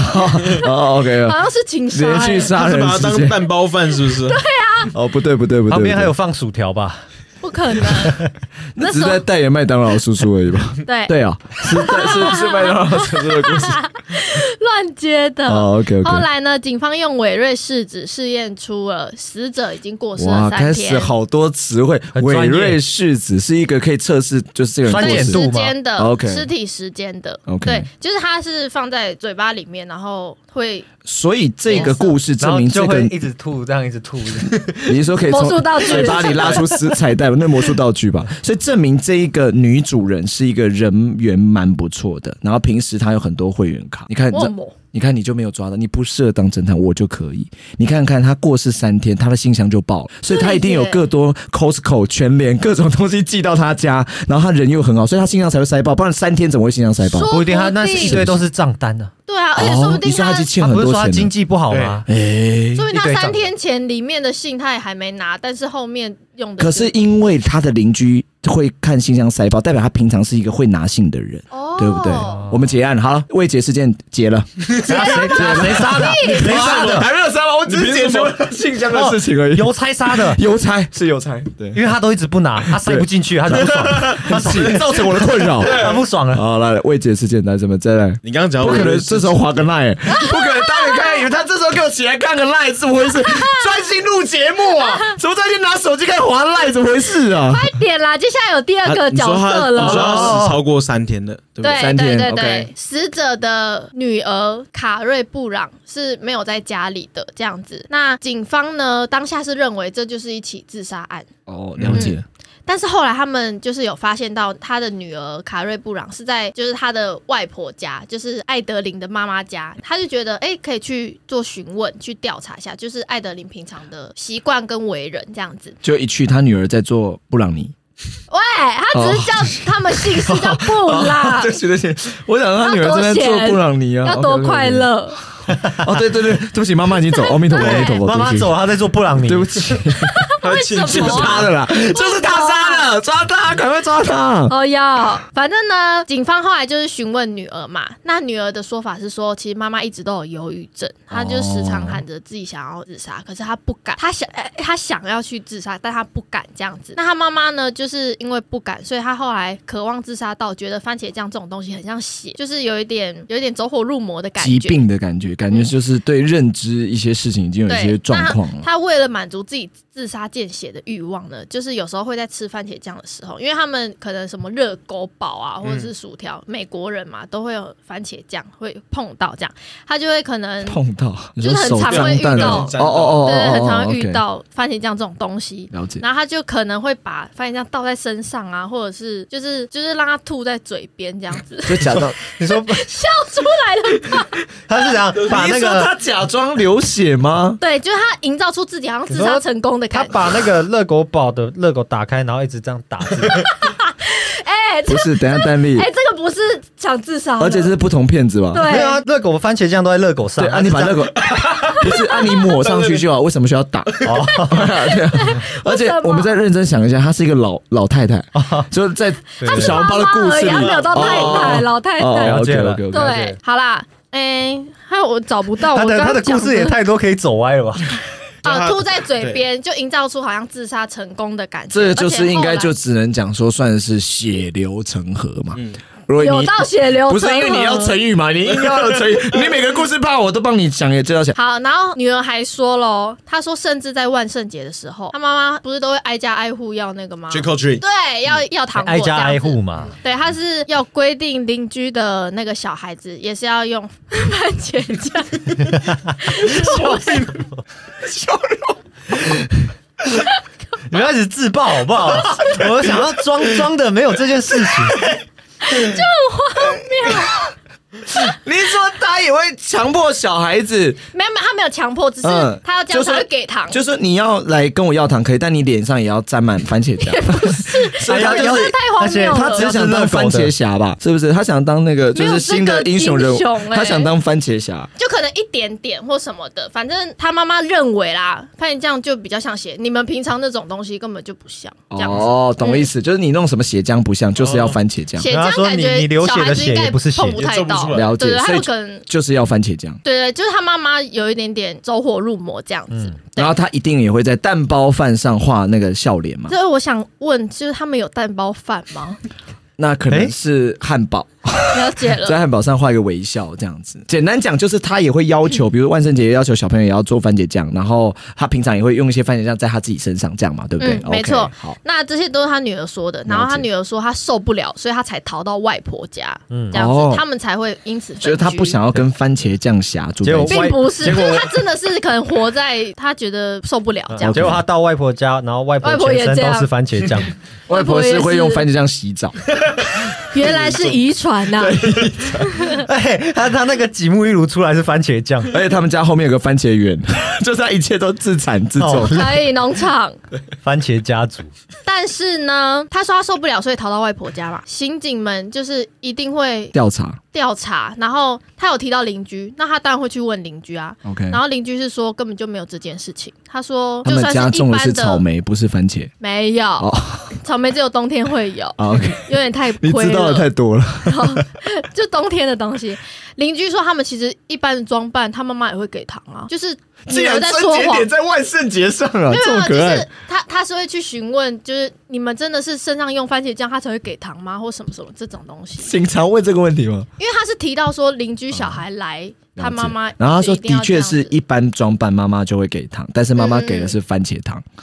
哦，OK，好像是情杀、连续欸，杀他 是人把它事当件。蛋包饭是不是？ 哦，不对不对不对，旁边不还对有放薯条 吧？不可能。 那那只时是候哎在代言麦当劳叔叔而已吧？ 对对啊，是 是是麦当劳叔叔的故事。乱接的。哦，OK 后 OK。来呢，警方用委瑞试纸试验出了死者已经过世哇，了三开天，始好多词汇。很专委业瑞试纸是一个可以测试，就是这个人酸过碱世度时吗间的 OK 尸体时间的 OK 对，就是它是放在嘴巴里面，然后会所以这个故事然证后明这就个会，一直吐，这样一直吐。你是说可以从魔术道具嘴巴里拉出丝彩带 吧？那魔术道具吧。所以证明这一个女主人是一个人缘蛮不错的，然后平时她有很多会员哎卡。你看，默默。你看，你就没有抓到，你不适合当侦探，我就可以。你看看他过世三天，他的信箱就爆了，所以他一定有各多 Costco 全联各种东西寄到他家，然后他人又很好，所以他信箱才会塞爆，不然三天怎么会信箱塞爆？说 不一定，他那是一堆都是账单呢。对啊，而且说哦不你定说他，他已经说欠他很不是多说他钱经了，济不好吗？哎。不定他一堆账三天前里面的信他也还没拿，但是后面用的可是因为他的邻居会看信箱塞爆，代表他平常是一个会拿信的人，哦，对不对？我们结案好了，未结事件结了，谁谁谁杀的？谁 杀的？没有塞爆，我只是解决了信箱的事情而邮差杀的。邮差是邮差，对，因为他都一直不拿，他塞不进去，他就 不爽，他是造成我的困扰。他不爽了。好，来来未解事件，来怎么再来？你刚刚讲不到可能委这时候划个 line，不 可能当你看看以为他这时候给我起来看个 line 怎么 回事？专心录节目啊，怎么专心拿手机看划 line 怎么回事啊？快点啦！接下来有第二啊个你角说他色你说了。哦他死超过三天的，对不对对？三对天对对 OK，死者的女儿卡瑞布朗是没有在家里的，这样子。那警方呢，当下是认为这就是一起自杀案，哦，了解。但是后来他们就是有发现到他的女儿卡瑞布朗是在就是他的外婆家，就是艾德琳的妈妈家，他就觉得哎、诶可以去做询问，去调查一下，就是艾德琳平常的习惯跟为人这样子。就一去他女儿在做布朗尼，喂，他只是叫他们姓氏叫布哦 朗，对对对，我想他女儿正在做布朗尼啊， 要多 OK，OK，OK 快！乐。哦，对对对，对不起，妈妈已 经走，阿弥陀佛，阿弥陀佛，妈妈对不起走，，他在做布朗尼对。不起，他会庆是祝为什么他的啦，就是他杀的，抓他，赶快抓他！哦哟，反正呢，警方后来就是询问女儿嘛，那女儿的说法是说，其实妈妈一直都有忧郁症，她就时常喊着自己想要自杀，可是她不敢，她想、呃她想要去自杀，但她不敢这样子。那她妈妈呢，就是因为不敢，所以她后来渴望自杀到觉得番茄酱这种东西很像血，就是有一点有一点走火入魔的感疾觉。病的感觉，感觉就是对认知一些事情已经有一些对，状况啊那了。他为了满足自己自杀见血的欲望呢，就是有时候会在吃番茄酱的时候，因为他们可能什么热狗堡啊，或者是薯条，美国人嘛都会有番茄酱会碰到这样，他就会可能。碰到，你说就是很手常会脏蛋遇了到哦哦哦，对，哦很常会 OK，遇到番茄酱这种东西，了解。然后他就可能会把番茄酱倒在身上啊，或者是就是就是让他吐在嘴边这样 子，就假装，你说笑出来了。 他是想把那你是说个他假装流血吗？对，就是他营造出自己好像自杀成功的他感觉。把那个热狗堡的热狗打开，然后一直这样打字。 哎，这不是，等一下丹丽哎、，这个不是想自杀的，而且这是不同骗子吧？对 没有啊，热狗番茄酱都在热狗上。对，啊，你把那个 不是啊，你抹上去就好，为什么需要打？ 哦，对啊而且我们再认真想一下，她是一个老老太太，就是在对小笼包的故事里，妈妈而已她没有到太太哦老太太哦了解了 OK，OK，OK 了解对，好啦，哎、还有我找不到我他刚的刚他的故讲事也太多可以走歪了 吧？啊，吐在嘴边就营造出好像自杀成功的感觉，这就是应该就而只能讲说算是血流成河嘛。嗯如果且后来有你到血流不成河，是因为你要成语嘛，你应该要有成语，你每个故事怕我都帮你讲也知道讲。好，然后女儿还说喽，她说甚至在万圣节的时候，她妈妈不是都会挨家挨户要那个吗？ ，Trick or Treat，对，要要糖果，挨家挨户。嘛，对，他是要规定邻居的那个小孩子也是要用番茄酱。你不要一直自爆好 不好？我想要装装的没有这件事情，你说他也会强迫小孩子，没有没有，他没有强迫，只是嗯他要这样就说才会给糖。就说你要来跟我要糖可以，但你脸上也要沾满番茄酱。所以他哎呀就要是这太荒谬而且他了。只是想当番茄侠吧？是不是？他想当那个就是新的英雄人物没有这个英雄，欸他想当番茄侠。就可能一点点或什么的，反正他妈妈认为啦，番茄酱就比较像血，你们平常那种东西根本就不像这样子。哦哦，懂意思，就是你弄什么血浆不像，就是要番茄酱，血他浆说感你你觉流血小的孩子应血该也不是血碰不也太种不到出，来了对解对，，他所以们可能就是要番茄酱。对对，就是他妈妈有一点点走火入魔这样子。对然后他一定也会在蛋包饭上画那个笑脸嘛？所以我想问，就是他们有蛋包饭 吗？那可能诶是汉堡，了解在了，汉堡上画一个微笑这样子。简单讲，就是他也会要 求，比如万圣节要求小朋友也要做番茄酱，然后他平常也会用一些番茄酱在他自己身上，这样嘛，对不对嗯 OK，没错好，那这些都是他女儿说的，然后了他解女儿说她受不了，所以她才逃到外婆家，嗯这样子哦他们才会因此分觉得他居不想要跟番茄酱侠住在一结起果。并不是，结就果 嗯是他真的是可能活在他觉得受不了这样。结果他到外婆家，然后外婆外婆也全身这样都是番 茄酱，外婆是会用番茄酱洗澡，原来是遗传啊呐，哎，他他那个挤沐浴露出来是番 茄酱，而且他们家后面有个番茄园， 就是他一切都自产自种哦。可以农场。番茄家族， 但是呢，他说他受不了，所以逃到外婆家嘛。刑警们就是一定会调查调查，然后他有提到邻居，那他当然会去问邻居啊。 ，OK，然后邻居是说根本就没有这件事情，他说他就们算家是一种的是般草的，莓，不是番茄。没有、哦草莓只有冬天会有，啊 OK，有点太你亏知道的太多了。 就冬天的东西。邻居说他们其实一般的装扮，他妈妈也会给糖啊，就是既女儿在春说节谎点。在万圣节上啊，没这有么可没有，就是爱。他他是会去询问，就是你们真的是身上用番茄酱，他才会给糖吗？或什么什么这种东西？警察问这个问题吗？因为他是提到说邻居小孩来，他妈妈了嗯解然后他说一定要的确是这样 子一般装扮，妈妈就会给糖，但是妈妈给的是番茄糖，嗯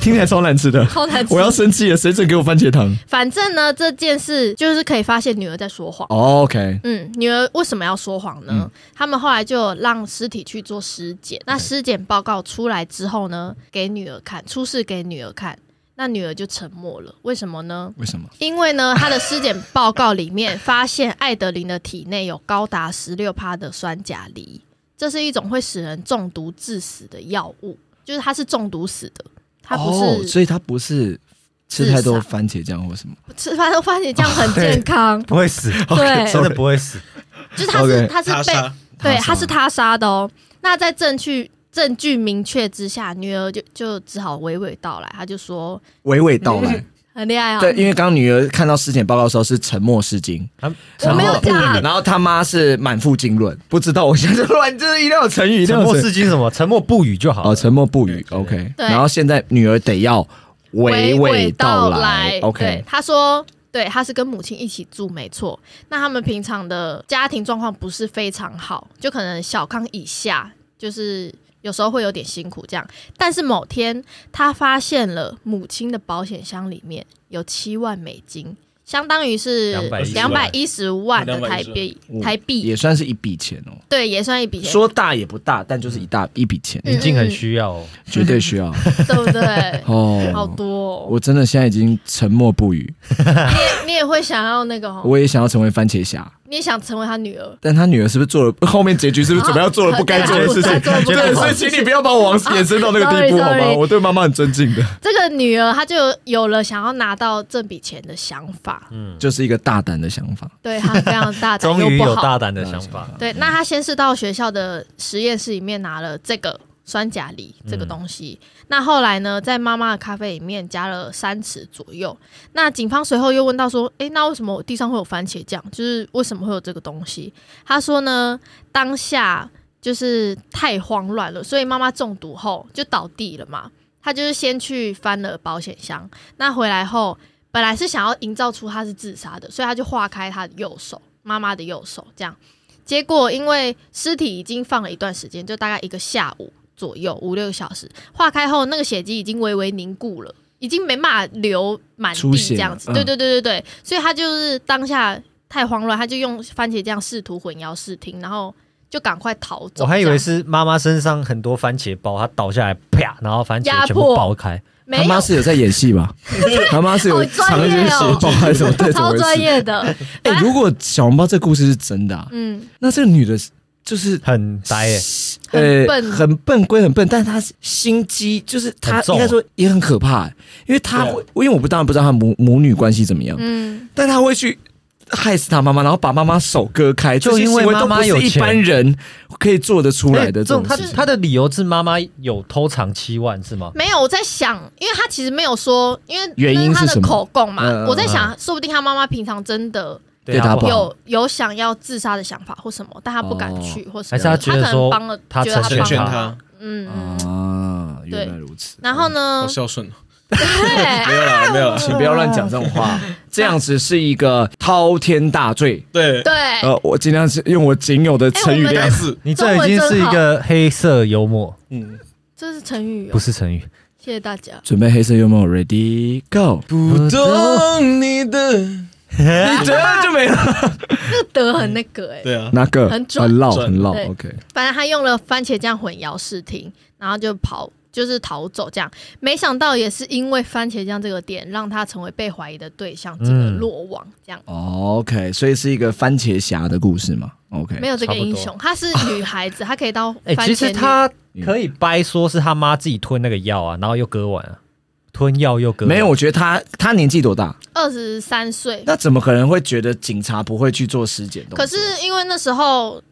听起来超难吃 的。超难吃我要生气了，谁准给我番茄糖反正呢，这件事就是可以发现女儿在说谎。哦？OK，嗯，女儿为什么要说谎呢？嗯他们后来就有让尸体去做尸检，那尸检报告出来之后呢，给女儿看，出示给女儿看。那女儿就沉默了。为什么呢？为什么？因为呢，他的尸检报告里面发现艾德琳的体内有高达十六趴的酸钾离，这是一种会使人中毒致死的药物，就是它是中毒死的，它不哦，是所以他不是吃太多番茄酱或什么。吃饭都发现这样很健 康，不会死，对真的不会死。就是它是 OK，它是他被杀对，他杀他是他杀的哦。那在证据证据明确之下，女儿就就只好娓娓道来，她就说娓娓道来，很厉害啊、对，因为刚刚女儿看到尸检报告的时候是沉默是惊，他我没有然后嗯讲然后他妈是满腹经纶，不知道我现在乱，这一定要有成语，一定沉要有默成是金什么？沉默不语就好了。 哦，沉默不语，OK。对然后现在女儿得要娓娓道来来对，OK，。他说，对，他是跟母亲一起住，没错。那他们平常的家庭状况不是非常好，就可能小康以下，就是有时候会有点辛苦这样。但是某天，他发现了母亲的保险箱里面有七万美金。相当于是两210百万一十万的台币，台币也算是一笔钱哦，对，也算一嗯笔钱，说大也不大，但就是一大一笔钱，宁静很需要哦，绝对需要？嗯对不对哦。好多、 哦，我真的现在已经沉默不语，你也你也会想要那个、哦，我也想要成为番茄侠，你也想成为他女儿，但他女儿是不是做了后面结局是不是准备要做了不该做的事情啊？ 对对对，对所以请你不要把我往延伸到那个地 Sorry，步 好吗？ sorry 我对妈妈很尊敬的，这个女儿她就有了想要拿到这笔钱的想法，就是一个大胆的想法。对她非常大胆 终又于啊不有好。大胆的想嗯法。对，那她先是到学校的实验室里面拿了这个酸钾离嗯这个东西，那后来呢，在妈妈的咖啡里面加了三匙左右。那警方随后又问到说，诶，那为什么我地上会有番茄酱？就是为什么会有这个东西？她说呢，当下就是太慌乱了，所以妈妈中毒后就倒地了嘛。她就是先去翻了保险箱。那回来后，本来是想要营造出他是自杀的，所以他就划开他的右手，妈妈的右手，这样。结果因为尸体已经放了一段时间，就大概一个下午左右，五六个小时，划开后那个血迹已经微微凝固了，已经没办法流满出地血这了样子。嗯对对对对对，所以他就是当下太慌乱，他就用番茄酱试图混淆视听，然后就赶快逃走。我还以这为样是妈妈身上很多番茄包，她倒下来啪，然后番压茄全迫部爆开。他没有妈是有在演戏 吧？他妈是有好藏专一业些哦血包还是什么？对，怎么超回专事？业的， 哎、如果小红包这故事是真的、啊，嗯，那这个女的就是呃很呆耶、很笨很笨归很笨，但她心机就是她很重应该说也很可怕、因为她对啊会，因为我不当然不知道她母母女关系怎么样，嗯，但她会去。害死她妈妈，然后把妈妈手割开，就因这些为行为都妈不妈有是一钱般人可以做得出来的哎这种她事情。她的理由是妈妈有偷藏七万是吗？没有，我在想，因为他其实没有说，因为原因那他是什的么口供嘛。嗯嗯嗯我在想，说不定他妈妈平常真的对她啊不好有有想要自杀的想法或什么，但他不敢哦去或什还么是她的，觉可得能说帮了，她觉得成帮全劝了她他，嗯哦嗯。啊，对原来如此。然后嗯呢好？孝顺哦，没对有啦，没有啦，请不要乱讲这种话， 这样子是一个滔天大罪。对，对，呃，我尽量是用我仅有的成语哎哎我量但们是你这已经是一个黑色幽默，嗯，这是成语不哦。是成语。谢谢大家。准备黑色幽默，ready go，不懂你的，哎这就 没了。这个德嗯很那个哎，对啊，那个很准很老准很老对，OK。反正他用了番茄酱混淆视听，然后就跑，就是逃走这样。没想到也是因为番茄酱这个点，让他成为被怀疑的对象，进而嗯落网这样。哦 OK，所以是一个番茄侠的故事嘛？OK，没有这个差不多英雄，她是女孩子，她可以当哎、番茄女。其实她可以掰说是她妈自己吞那个药啊，然后又割完啊，吞药又割完。没有，我啊觉得他他年纪多大？二十三岁，那怎么可能会觉得警察不会去做尸检动作？可是因为那时候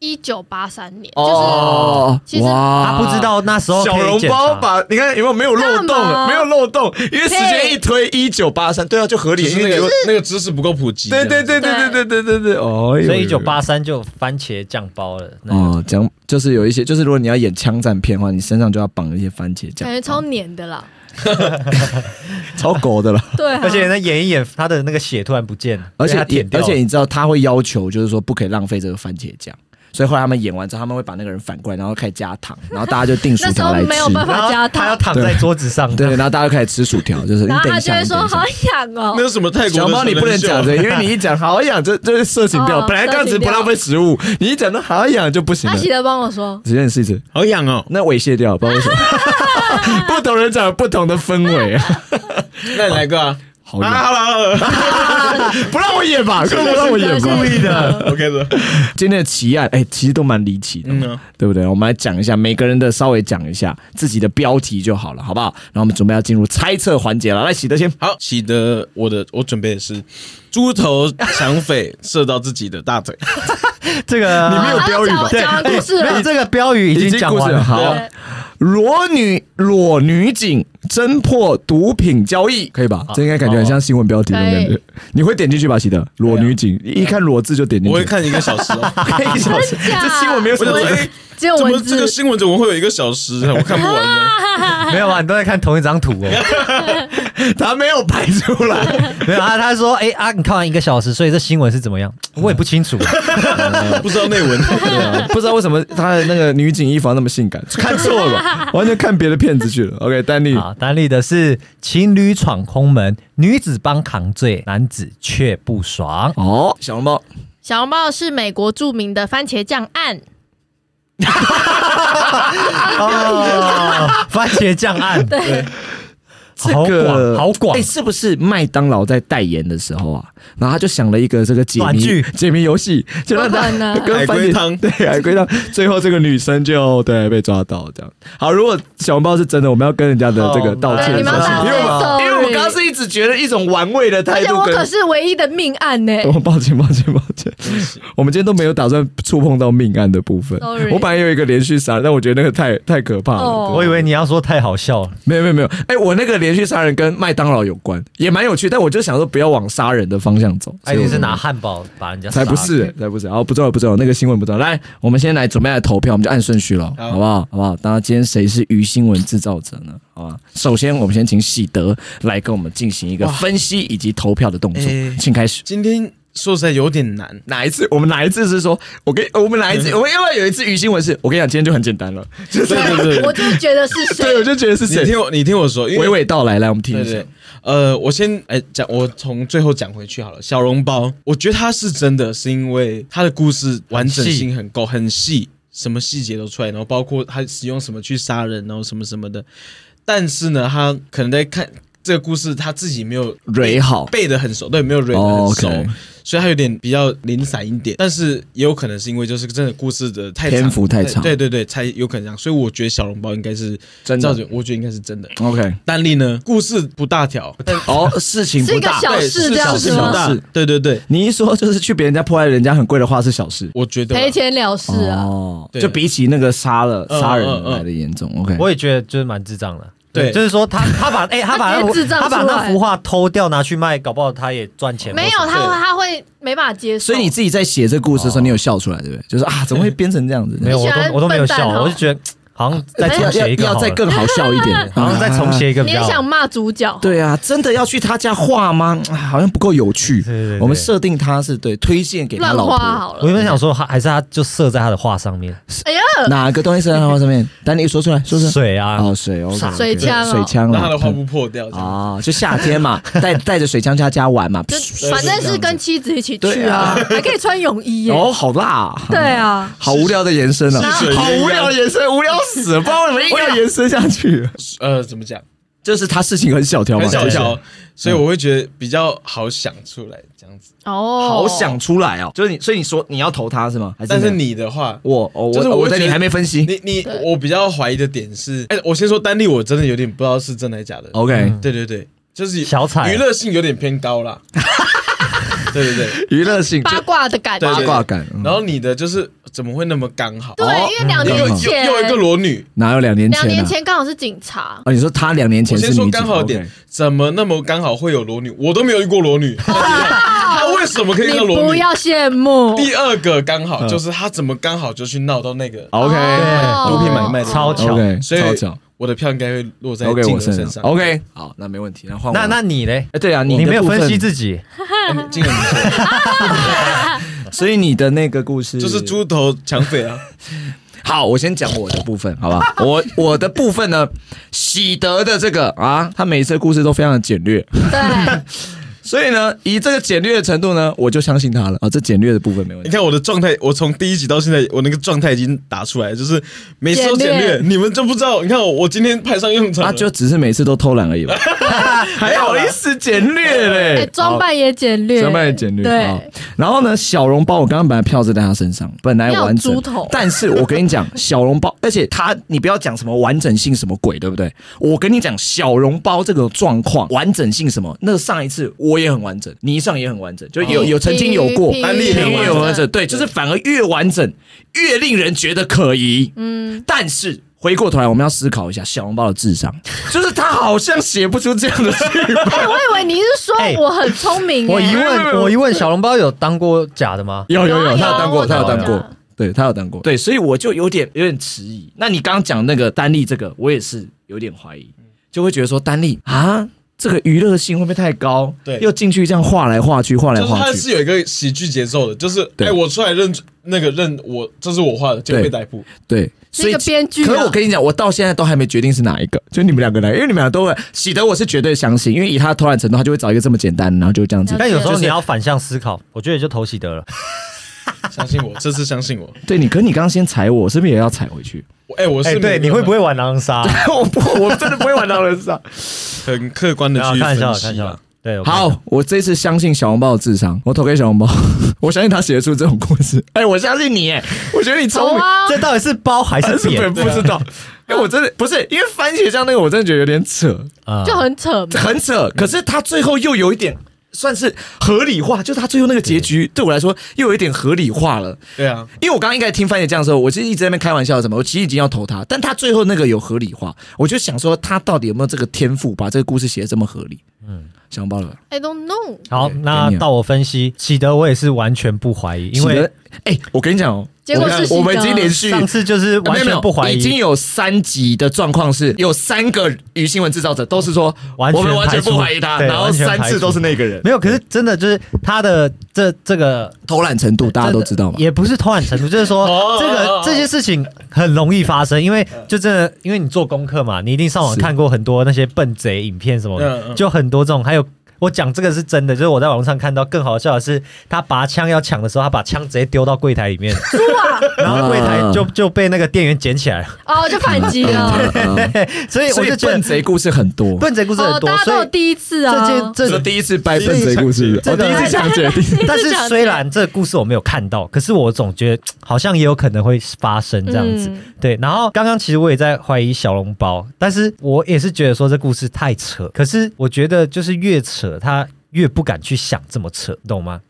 一九八三年，哦，就是其实她不知道那时候小可以笼检包查把你看有没有没有漏洞干嘛了？没有漏洞，因为时间一推一九八三，对啊，就合理，就是因为那有个那个知识不够普及，对对对对对对对对对，哦，所以有一九。八三就番茄酱包了。有有哦，讲就是有一些，就是如果你要演枪战片的话，你身上就要绑一些番茄就是酱，哦感觉超黏的啦。超狗 的了。对啊，而且那演一演，她的那个血突然不见了，而且被她舔掉而了。且你知道他会要求，就是说不可以浪费这个番茄酱，所以后来他们演完之后，他们会把那个人反过来，然后开始加糖，然后大家就订薯那时条候来没有办吃。法然后加她糖要，躺在桌子上，对，然啊后大家就开始吃薯条，就是你然后等她一就下，会你说等一好下。痒哦那。有什么泰国的小猫，你不能讲这这个， 因为你一讲好痒，这这是色情掉。哦本来这样子不浪费食物，你一讲到好痒就不行阿了。喜德帮我说，直接你试一次，好痒哦，那猥亵掉，不知道为什么。 不同人讲有不同的氛围啊，那你来个啊？ 好啊，冷，好了好 了好不让我演 吧，根本不让我演吧。意的。了，OK 的，今天的奇案，哎、其实都蛮离奇的，嗯啊对不对？我们来讲一下，每个人的稍微讲一下自己的标题就好了，好不好？然后我们准备要进入猜测环节了，来，喜德先。好，喜得我的我准备的是猪头抢匪射到自己的大腿，这个你没有标语吧对哎讲完啊故事没有了，这个标语已经讲完了，已经故事了好对裸女裸女警侦破毒品交易，可以吧？这应该感觉很像新闻标题那种感可觉。你会点进去吧，喜德？裸女警，一看裸字就点进我去。会看一个小时 哦。看一小时，真假这新闻没有什我想么说，文哎，只有怎么文这字个。新闻怎么会有一个小时啊？我看不 完的。没有啊？你都在看同一张图哦。他没有排出来。没有啊，他说，哎、啊，你看完一个小时，所以这新闻是怎么样？我也 不清楚。不知道内文。不知道为什么他的那个女警衣服那么性感，看错了吧，完全看别的片子去了。OK，丹尼，啊，单立的是情侣闯空门，女子帮扛罪，男子却不爽。哦，小笼包，小笼包是美国著名的番茄酱案，哎哦，番茄酱案，对，好这广，个好广哎，。是不是麦当劳在代言的时候啊，然后他就想了一个这个解短谜剧解谜游戏，就让他不可能跟海番龟茄汤对海龟汤，最后这个女生就对被抓到这样。好，如果小笼包是真的，我们要跟人家的这个道歉，对你们要道因歉为我们 sorry 哦因为我们刚刚是一直觉得一种玩味的而态且度我跟可。是唯一的命案呢、我抱歉，抱歉，抱歉，我们今天都没有打算触碰到命案的部分。 Sorry 我本来有一个连续杀，但我觉得那个太太可怕了。哦对我以为你要说太好笑了，没有没有没有，哎、我那个连续杀人跟麦当劳有关，也蛮有趣，但我就想说不要往杀人的方向走。哎，你哦是拿汉堡把人家才杀不了是、才不是。哦，不重要，不重要，那个新闻不重要。来，我们先来准备来投票，我们就按顺序了，好好不好？好不好？大家今天谁是鱼新闻制造者呢？好吧，首先我们先请喜德来跟我们进行一个哇分析以及投票的动作哎，请开始。今天说实在有点难，哪一次？我们哪一次是说，我跟我们哪一次？我们要不要有一次鱼新闻是？嗯我跟你讲，今天就很简单了，就是对对 我对，就觉得是 对，我谁？就觉得是你谁？听我，你听我说，因娓为娓道来，来，我们听对一下对。，呃，我先哎讲，我从最后讲回去好了。小笼包，我觉得它是真的，是因为它的故事完整性很够，很细，什么细节都出来，然后包括它使用什么去杀人，然后什么什么的。但是呢，他可能在看这个故事，他自己没有蕊好背的很熟，对，没有蕊的哦很，OK 熟。所以他有点比较零散一点，但是也有可能是因为就是真的故事的太长篇幅太长对对对，才有可能这样。所以我觉得小笼包应该是真的照着我觉得应该是真的。 OK，丹力呢，故事不大条，但哦，事情是不一个大，小事这样是子小吗？事是对对对，你一说就是去别人家破坏人家很贵的话是小事，我觉得赔钱了事啊！哦，对就比起那个杀了嗯杀人嗯嗯来的严重。OK，我也觉得就是蛮智障的。对就是说他他 把哎、他把他直接智障他把出那来幅画偷掉拿去卖，搞不好他也赚钱。没有或什么他，他会没办法接受。哦所以你自己在写这故事的时候，你有笑出来对不对？就是啊，怎么会编成这样子？没有，我你喜欢都我都没有笨蛋笑，哦我就觉得好像再要重写一个哎要好了再更好笑一点，好像再重写一个你比也较好。想骂主 角？对啊，真的要去他家画吗？啊好像不够有趣。对对对我们设定他是对推荐给他乱老花婆，好我了。原本想说，还还是他就射在他的画上面，哎呀，哪个东西射在他画上面？丹尼说出来，说出来。水啊，哦，水哦，水枪哦水枪让啦他的画布破掉。啊，啊，就夏天 嘛，带带着水枪去他家玩嘛。就反正是跟妻子一起去对啊啊，还可以穿泳衣耶。哦，好辣，对，啊，好无聊的延伸啊，是水好无聊的延伸，无聊死了，不知道为什么硬要延伸下去。呃，怎么讲？就是他事情很小条嘛，很小就是条，所以我会觉得比较好想出来这样子。哦，好想出来哦。就是你，所以你说你要投他是吗？还是但是没有你的话，我哦，就是我我我在觉得你还没分析。你你我比较怀疑的点是，哎，我先说丹力，我真的有点不知道是真的还是假的。 OK，对对对，就是小彩娱乐性有点偏高啦。对对对，娱乐性八卦的感觉对。八卦感，嗯然后你的就是怎么会那么刚好？对，哦因为两又年有又前，又一个啊裸女，哪有两年前两啊？年前刚好是警察。哦，你说他两年我前是先女说警刚好点 OK，怎么那么刚好会有裸女？我都没有遇过 裸女，她为什么可以遇你到裸不女？要羡慕，第二个刚好嗯就是她怎么刚好就去闹到那个， OK，哦毒品买卖的超巧。 OK，所以超巧我的票应该会落在 OK，静我儿身身上。 OK，好，那没问题，那换我那那你嘞？哎，对啊，你的没有部分分析，自己，嗯静儿 你说， 所以你的那个故事就是猪头抢 匪啊，好，我先讲我的部分，好不好？ 我我的部分呢，喜德的这个啊，他每一次的故事都非常的简略，对，所以呢，以这个简略的程度呢，我就相信他了啊。这简略的部分没问题。你看我的状态，我从第一集到现在，我那个状态已经打出来了，就是每次都简简略略，你们就不知道。你看我，我今天派上用他场了，啊就只是每次都偷懒而 已吧， 还好意思简略嘞哎，，装扮也简略，装扮也简略。哦好对，然后呢，小笼包，我刚刚本来票是在他身上，本来完要整猪头， 但是我跟你讲，小笼包，而且他，你不要讲什么完整性什么鬼，对不对？我跟你讲，小笼包这个状况，完整性什么？那上一次我也很完整，你上也很完整，就哦有有曾经有过平单立平很越完整完整，对，就是反而越完整越令人觉得可疑。嗯，但是。回过头来，我们要思考一下小笼包的智商，就是他好像写不出这样的剧本。哎，我以为你是说哎我很聪明哎，我 一问，我一问，小笼包有当过假的吗？有有有啊有，他有当过，有他有我当有过讲，对他有当过，对，所以我就有点有点迟疑。那你刚刚讲那个丹利这个，我也是有点怀疑，就会觉得说丹利啊，这个娱乐性会不会太高？对又进去这样画来画去，画来就是画他去。是有一个喜剧节奏的，就是对哎，我出来认那个认我，这是我画的，结果被逮捕。对，所以是一个编剧啊可是我跟你讲，我到现在都还没决定是哪一个，就你们两个来，因为你们俩都会喜德，我是绝对相信，因为以他的偷懒程度，他就会找一个这么简单，然后就这样子。但有时候就是你要反向思考，我觉得就投喜得了。相信我，这次相信我。对你，可你刚刚先踩我，我是不是也要踩回去？我哎，我是对，你会不会会玩狼人杀？ 我不，我真的不会玩狼人杀。很客观的没有去看一下，分看一析下啊？。对，我看一下好，我这次相信小红包的智商，我投给小红包， 我相信他写得出这种故事。 哎、我相信你，哎，我觉得你聪好明，啊，这到底是包还还是是 扁不？不知道？哎、我真的不是，因为番茄酱那个，我真的觉得有点扯，啊就很扯嘛。很扯。可是他最后又有一点算是合理化，就是他最后那个结局对我来说又有一点合理化了。对啊，因为我刚刚一开始听番茄酱的时候，我其实一直在那边开玩笑，什么我其实已经要投他，但他最后那个有合理化，我就想说他到底有没有这个天赋把这个故事写得这么合理？嗯，小红包了。 I don't know，好，那到我分析，喜得我也是完全不怀疑，因喜为德哎、我跟你讲哦，结果是喜德我们已经连续上次就是完全不怀啊没有没有已经疑，有三集的状况是有三个鱼新闻制造者都是说完我全们完全排除不怀疑他，对然后完全三排次除都是那个人，没有。可是真的就是他的这这个偷懒程度大家都知道嘛真的。也不是偷懒程度，就是说这个这些事情很容易发生，因为就真的因为你做功课嘛，你一定上网是看过很多那些笨贼影片什嗯么的，嗯就很多这种，还有。我讲这个是真的，就是我在网络上看到更好笑的是，他拔枪要抢的时候，他把枪直接丢到柜台里 面，然后柜台就就被那个店员捡起来了。哦，就反击啊了。啊啊 所以我所以就觉笨得贼故事很多，笨贼故事哦很，多，大家都所有以第一次这啊 件。这是这。第一次掰笨贼故事，这哦，个第一次讲解，第一次但是这样虽然这个故事我没有看到，可是我总觉得好像也有可能会发生这样子。嗯对，然后刚刚其实我也在怀疑小笼包，但是我也是觉得说这故事太扯。可是我觉得就是越扯，他越不敢去想这么扯，懂吗？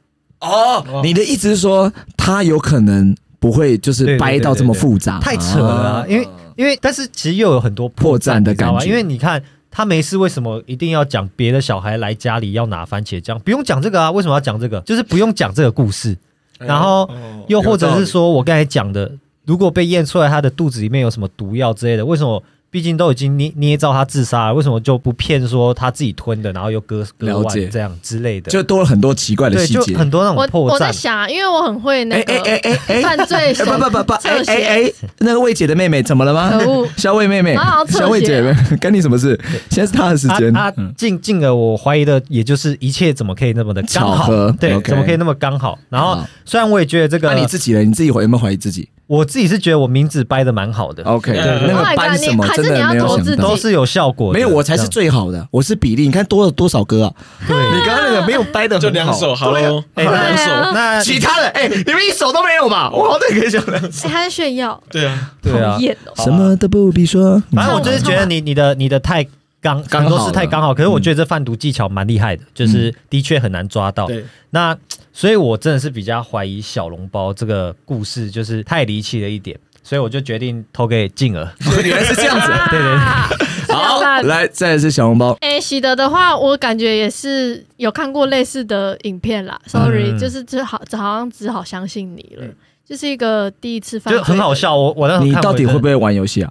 哦， 你的意思是说他有可能不会就是对对掰到这么复杂，太扯了啊、啊因为嗯因为但是其实又有很多破绽的你知道感吗觉，因为你看。他没事，为什么一定要讲别的小孩来家里要拿番茄酱？不用讲这个啊，为什么要讲这个？就是不用讲这个故事，然后哦又或者有道是理说我刚才讲的，如果被验出来他的肚子里面有什么毒药之类的，为什么？毕竟都已经捏捏造他自杀了，为什么就不骗说他自己吞的，然后又割割了解腕这样之类的？就多了很多奇怪的对，细就节。很多那我种破我在绽。想啊，因为我很会那哎哎哎个哎哎，犯罪手哎不不不不，哎侧哎写，哎，那个魏姐的妹妹怎么了吗可 恶？啊小魏妹妹 好好，侧小魏姐写，干你什么事？现在是她的时他间。他嗯啊进进而我怀疑的，也就是一切怎么可以那么的刚巧好合？对， OK 怎么可以那么刚好？然后好虽然我也觉得这那个你，自己呢？你自己怀有没有怀疑自己我自己是觉得我名字掰的蛮好的， ？OK，对对对那个 Oh my 班 God，你什么还是真你的要没有投想自己到都。是有效果的。没有，我才是最好的，我是比例。你看多了多少歌啊？你刚刚那个没有掰的，就两手好对啊喽，这样。哎，对啊那其他的哎，你们一手都没有嘛？我好歹可以讲两手。哎他在炫耀，对啊，对啊讨，厌哦。什么都不必说，反正我就是觉得你你的你的太刚刚好都是太了刚好，可是我觉得这贩毒技巧蛮厉害的，就是的确很难抓到。对，那所以，我真的是比较怀疑小笼包这个故事就是太离奇了一点，所以我就决定投给静儿。 原来是这 样子。啊对对对好，来，再来是小红包。哎，喜德的话，我感觉也是有看过类似的影片啦。Sorry，、嗯就是只好只好像只好相信你了，就是一个第一次犯罪的，就很好笑。我我那时候你看到底我会也不会玩游戏啊？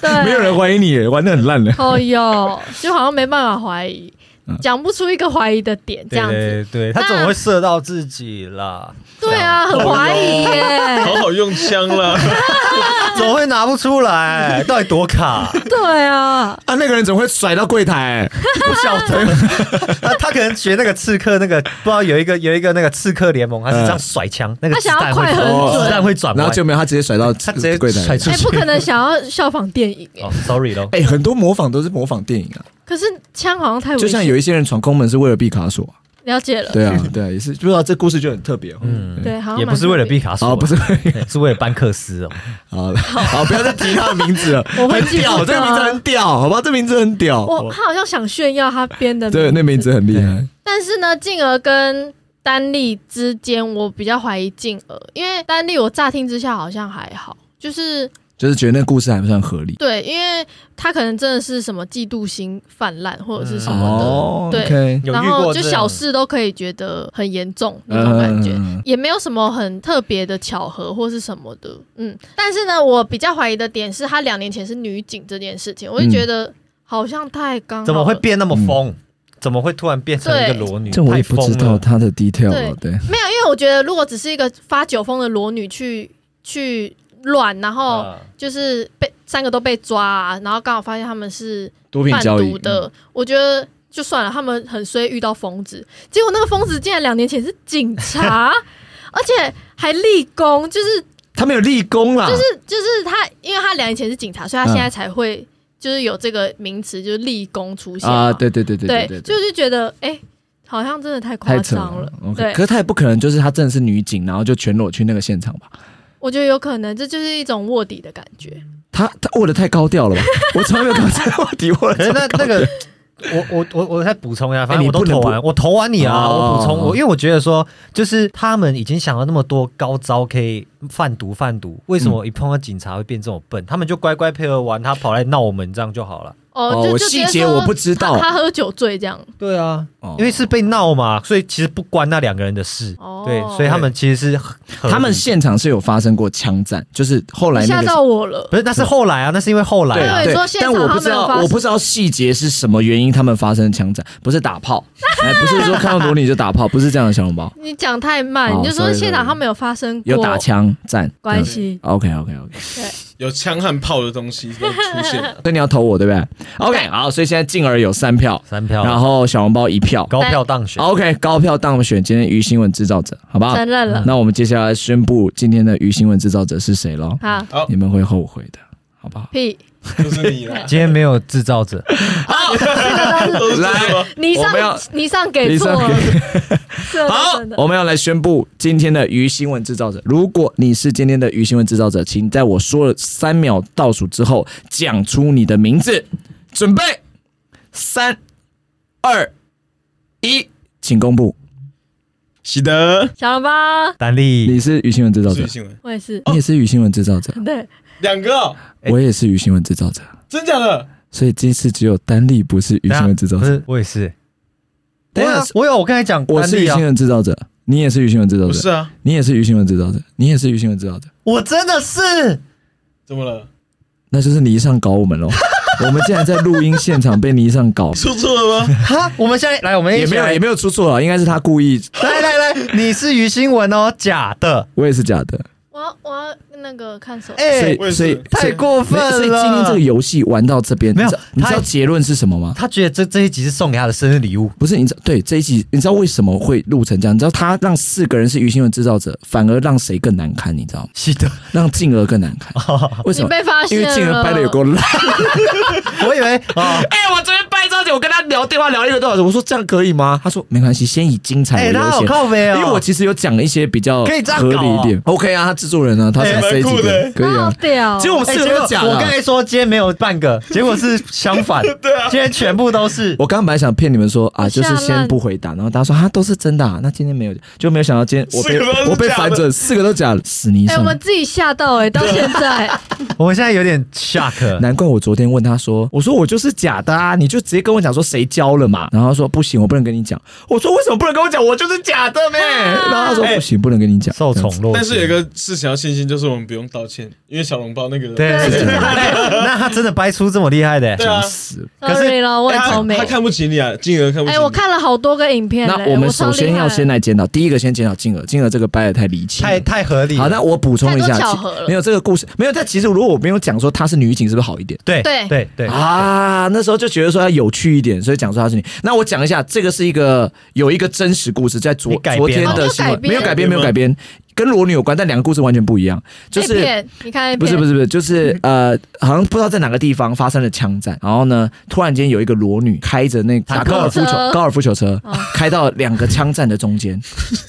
对，哎哎没有人怀疑你耶，玩的很烂的。哦哟，就好像没办法怀疑。嗯讲不出一个怀疑的点，这样子。对对，他总会射到自己啦，对啊，很怀疑耶。 好好用枪啦。 总会拿不出来，到底多卡？对啊，啊，那个人怎么会甩到柜 台、不晓得，他他可能学那个刺客那个，不知道有一个有一个那个刺客联盟，他是这样甩枪，那个他子想要弹快会很准子弹会转然弯后，就没有，他直接甩到他直接柜甩台。出哎、去。不可能想要效仿电影哎、哦，sorry 咯。哎、很多模仿都是模仿电影啊，可是枪好像太危就像险。有一些人闯空门是为了毕卡索啊、了解了，对啊，对啊，也是，不知道这故事就很特别、哦。嗯，对，好像也不蛮是特为了别毕卡索，哦好，不是，对， 是为了班克斯 哦。好，好，不要再提他的名字了，我会很记屌，住这的个啊名字很屌，好吧，这名字很屌，我嗯他好像想炫耀他编的对，那名字很厉害。但是呢，静儿跟丹丽之间，我比较怀疑静儿，因为丹丽我乍听之下好像还好，就是就是觉得那故事还不算合理对，因为他可能真的是什么嫉妒心泛滥或者是什么的，哦对 OK，嗯有然遇后过就这小样事都可以觉得很严重那种感觉。嗯也没有什么很特别的巧合或是什么的，嗯，但是呢，我比较怀疑的点是她两年前是女警这件事情，我就觉得好像太刚好了嗯怎么会变那么疯？怎么会突然变成一个裸女？嗯这我也太不疯知道了他的 detail 了，对，没有，因为我觉得如果只是一个发酒疯的裸女去去乱，然后啊就是被三个都被抓、啊，然后刚好发现他们是毒品贩交易嗯毒的，我觉得就算了，他们很衰遇到疯子，结果那个疯子竟然两年前是警 察，而且还立功，就是他没有立功啦，就是就是他，因为他两年前是警察，嗯所以他现在才会就是有这个名词，就是立功出现嘛啊，对对对对对，就是觉得哎、好像真的太夸太扯张了了，。 OK，对可，是他也不可能就是他真的是女警，然后就全裸去那个现场吧？我觉得有可能这就是一种卧底的感觉。他他握的太高调了 吧？我从来没有看到这个话题握可的 是那那个，我我我我再补充一下，反哎正你我都不能投不完，我投完你啊，哦我补充我，因为我觉得说，就是他们已经想了那么多高招可以贩毒贩毒，为嗯什么一碰到警察会变这种笨？他们就乖乖配合完，他跑来闹我们这样就好了。哦哦，就我就直接细节说我不知道他他喝酒醉这样。对啊，哦因为是被闹嘛，所以其实不关那两个人的事。哦对，所以他们其实是合合他们理现场是有发生过枪战，就是后来你那吓个到我了不。是，那是后来啊，那是因为后来对啊对。说现但场我他不们知有道发生我不知道细节是什么原因他们发生枪战，不是打 炮，哎，不是说看到裸女就打炮，不是这样的小笼包，你讲太慢，哦你就说 sorry，现场 sorry 他们有发生过有打枪战关。系。 OK OK OK，。有枪和炮的东西都出现了 所以你要投我对不对？OK，好，所以现在静儿有三票，三票，然后哦小笼包一票。高票当选。 OK，高票当选今天鱼新闻制造者，好不好？承认了那我们接下来宣布今天的鱼新闻制造者是谁喽？好你们会后悔的，好不好？屁， 就是你啦，今天没有制造者，都是这个吗你我上们要你上给错了你， 真的好真，的我们要来宣布今天的鱼新闻制造者。如果你是今天的鱼新闻制造者，请在我说了三秒倒数之后讲出你的名字。准备，三、二、一，请公布喜德，小笼包，丹丽，你是鱼新闻制造者是，新闻，我也是。你也是鱼新闻制造者，对，两个哦，我也是鱼新闻制造者，真假的？所以这次只有丹丽不是鱼等一新下闻制造不者。是，我也是。等一下我有啊我有，我刚才讲我丹是丽鱼啊新，闻制造者，你也是鱼新闻制造不者，是啊，你也是鱼新闻制造者，你也是鱼新闻制造者。我真的是怎么了？那就是倪尚搞我们喽。我们竟然在录音现场被倪尚搞，出错了吗？哈，我们现在来，我们一也起没有来也没有出错啊，应该是他故意，来来来，你是于新文哦，假的，我也是假的，我要我要那个看手。所哎、以我也是所以太过分了所以今天这个游戏玩到这边，没你有知道你知道他结论是什么吗？他觉得这这一集是送给他的生日礼物，不是，你知道对这一集，你知道为什么会录成这样？你知道他让四个人是于新文制造者，反而让谁更难堪？你知道吗？是的，让静儿更难堪，为什你么？被发因现为了，静儿拍的有够烂。我以为啊，哎、我昨天拍照姐，我跟他聊电话聊一个多小时，我说这样可以吗？他说没关系，先以精彩哎、为他优好先。靠背因哦，为我其实有讲一些比较可以这样合搞啊理一点，OK 啊，他制作人啊，他才哎蛮 C 几酷个的，可以好啊。屌。其实我们哎四结个果都讲啊我了刚。才说今天没有半 个，结果是相反，对啊，今天全部都是。我刚刚本来想骗你们说啊，我就吓是烂先不回答，然后大家说啊都是真的、啊，那今天没有，就没有想到今天我四个都是假被的我被反转，四个都假的，死你哎、我上！们自己吓到哎、到现 在我们现在有点 shock，难怪我昨天问他说，我说我就是假的啊，你就直接跟我讲说谁交了嘛？然后他说不行，我不能跟你讲。我说为什么不能跟我讲？我就是假的呗。啊然后他哎说不行，不能跟你讲。受宠若惊。但是有一个事情要庆幸，就是我们不用道歉，因为小笼包那个对，哎对那他真的掰出这么厉害的，对啊死可是，sorry 了，我也他聪明。哎他看不起你啊，金额看不起哎，你。我看了好多个影片嘞，那我们超首先厉害要先来检讨，第一个先检讨金额，金额这个掰的太离奇了，太太合理了。好，那我补充一下太多巧其合了，没有这个故事，没有。但其实如果我没有讲说她是女警，是不是好一点？对对对对，啊，那时候就觉得说要有趣一点，所以讲说她是女。那我讲一下，这个是一个有一个真实故事，在昨你改编昨天吗的新闻哦没没有有改改编，编没有改编，跟裸女有关，但两个故事完全不一样。就那是哎片你看那片，不是不是不是，就是呃，好像不知道在哪个地方发生了枪战，然后呢，突然间有一个裸女开着那坦打克高尔夫球车高尔夫球车，开到两个枪战的中间，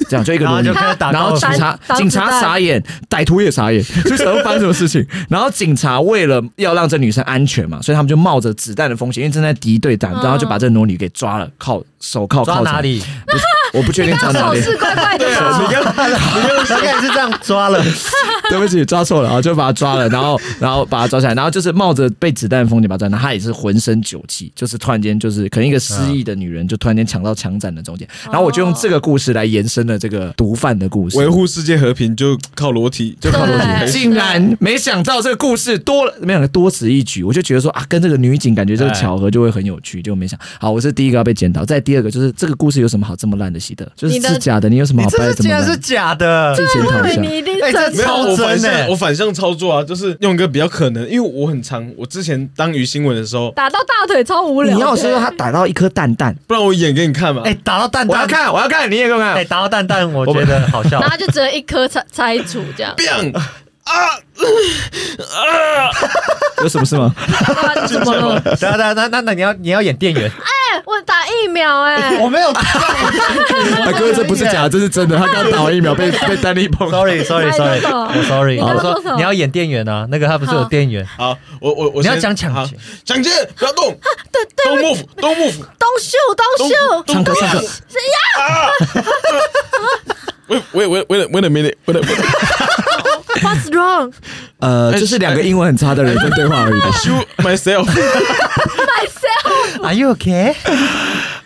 这样就一个然裸后女就。开始打然高后尔警打夫察打警察子弹傻眼，歹徒也傻眼，就想要发生什么事 情。然后警察为了要让这女生安全嘛，所以他们就冒着子弹的风险，因为正在敌对打，然后就把这裸女给抓了，靠手铐嗯抓铐哪起来。里？我不确定你抓哪刚手里，啊势怪怪的吧？ 大概是这样 抓了，对不起，抓错了，然后就把他抓了，然后然后把他抓起来，然后就是冒着被子弹风险把他抓，然后他也是浑身酒气，就是突然间就是可能一个失嗯忆的女人就突然间抢到枪战的中间，哦然后我就用这个故事来延伸了这个毒贩的故事，维护世界和平就靠裸体，就靠裸体开对始竟然没想到这个故事多了，没想到多此一举，我就觉得说啊，跟这个女警感觉这个巧合就会很有趣，就没想好，我是第一个要被检讨，再第二个就是这个故事有什么好这么烂的习得，就是你的是假的，你有什么你好这掰是的这竟么然是烂？假的自，己检讨一对，下。你一定哎这整没有，我超反真欸向我反向操作啊，就是用一个比较可能，因为我很长，我之前当鱼新闻的时候，打到大腿超无聊的。你要是说他打到一颗蛋蛋，不然我演给你看嘛。，哎，打到蛋我要蛋，看，我要看，你也给我看。哎，打到蛋蛋，我觉得好 笑然。后就只有一颗拆 拆除这 样 biang 有什么事 吗？哇，怎么了？等下等下，那那那你要你要演店员，我打疫苗 哎、我没有啊，各位，这不是假的，这是真的。他刚打完疫苗被被丹尼碰。 ，sorry sorry 哎你在说 sorry，什么我 sorry，你在我说什说么你要演店员啊，那个他不是有好店员，好，我我我你要先讲抢好劫抢劫，不要动，对对， don't move，don't move，东秀 东秀，唱歌唱歌， wait wait wait wait wait a minute，wait a minute， ，What's wrong？呃，就是两个英文很差的人在对话而已吧。 shoot myself， ，Are you okay？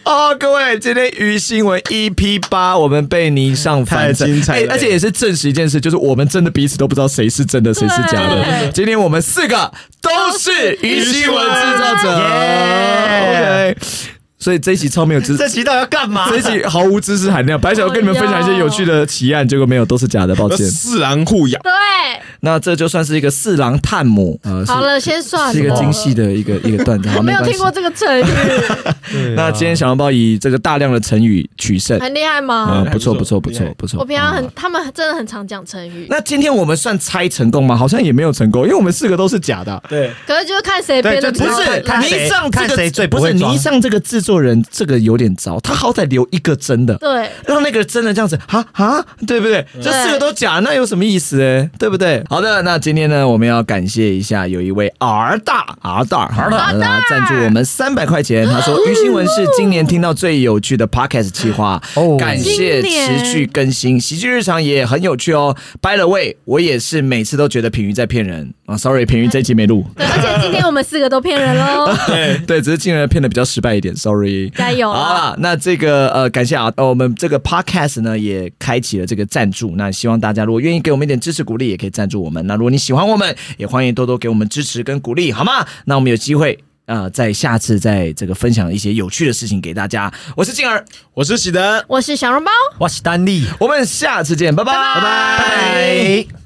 哦，各位，今天鱼新闻 EP 八，我们被你上反太精彩了哎而且也是证实一件事，就是我们真的彼此都不知道谁是真的，谁是假 的。对今天我们四个都是鱼新闻制造 者。耶 OK，所以这一集超没有知， 这期到底要干 嘛？这一集毫无知识含量。本来想要跟你们分享一些有趣的奇案，结果没有，都 是假的，抱歉。四狼互咬，对，那这就算是一个四郎探母，呃，是好了，先算了，是一个精细的一个一个段子，好，我没有关系听过。这个成语， 对啊那今天小笼包以这个大量的成语取胜，很厉害吗啊，？嗯不错不错还不不错错不错。我平常啊很，他们真的很常讲成语，那今天我们算猜成功吗？好像也没有成功，因为我们四个都是假的啊。对，可是就是看谁对编的就比不较知道是，看烂。倪谁尚看这个谁最不不会是装倪尚这个制作人，这个有点糟，他好歹留一个真的。对， 让那个真的这样子，哈哈，对不对？这四个都假，那有什么意思哎？对不嗯对？好的，那今天呢，我们要感谢一下有一位 R 大 R 大哦 R 大赞助我们三百块钱，他说于新闻是今年听到最有趣的 Podcast 企划哦，感谢持续更新，喜剧日常也很有趣哦。By the way，我也是每次都觉得品瑜在骗人啊，sorry，品瑜这期没录，对，而且今天我们四个都骗 人喽，对，只是竟然骗的比较失败一点，sorry。加油好啊！啦，那这个呃，感谢啊，呃我们这个 podcast 呢也开启了这个赞助，那希望大家如果愿意给我们一点支持鼓励，也可以赞助我们。那如果你喜欢我们，也欢迎多多给我们支持跟鼓励，好吗？那我们有机会。呃，在下次在这个分享一些有趣的事情给大家。我是静儿，我是喜德，我是小笼包。我是丹力，我们下次见，拜拜拜。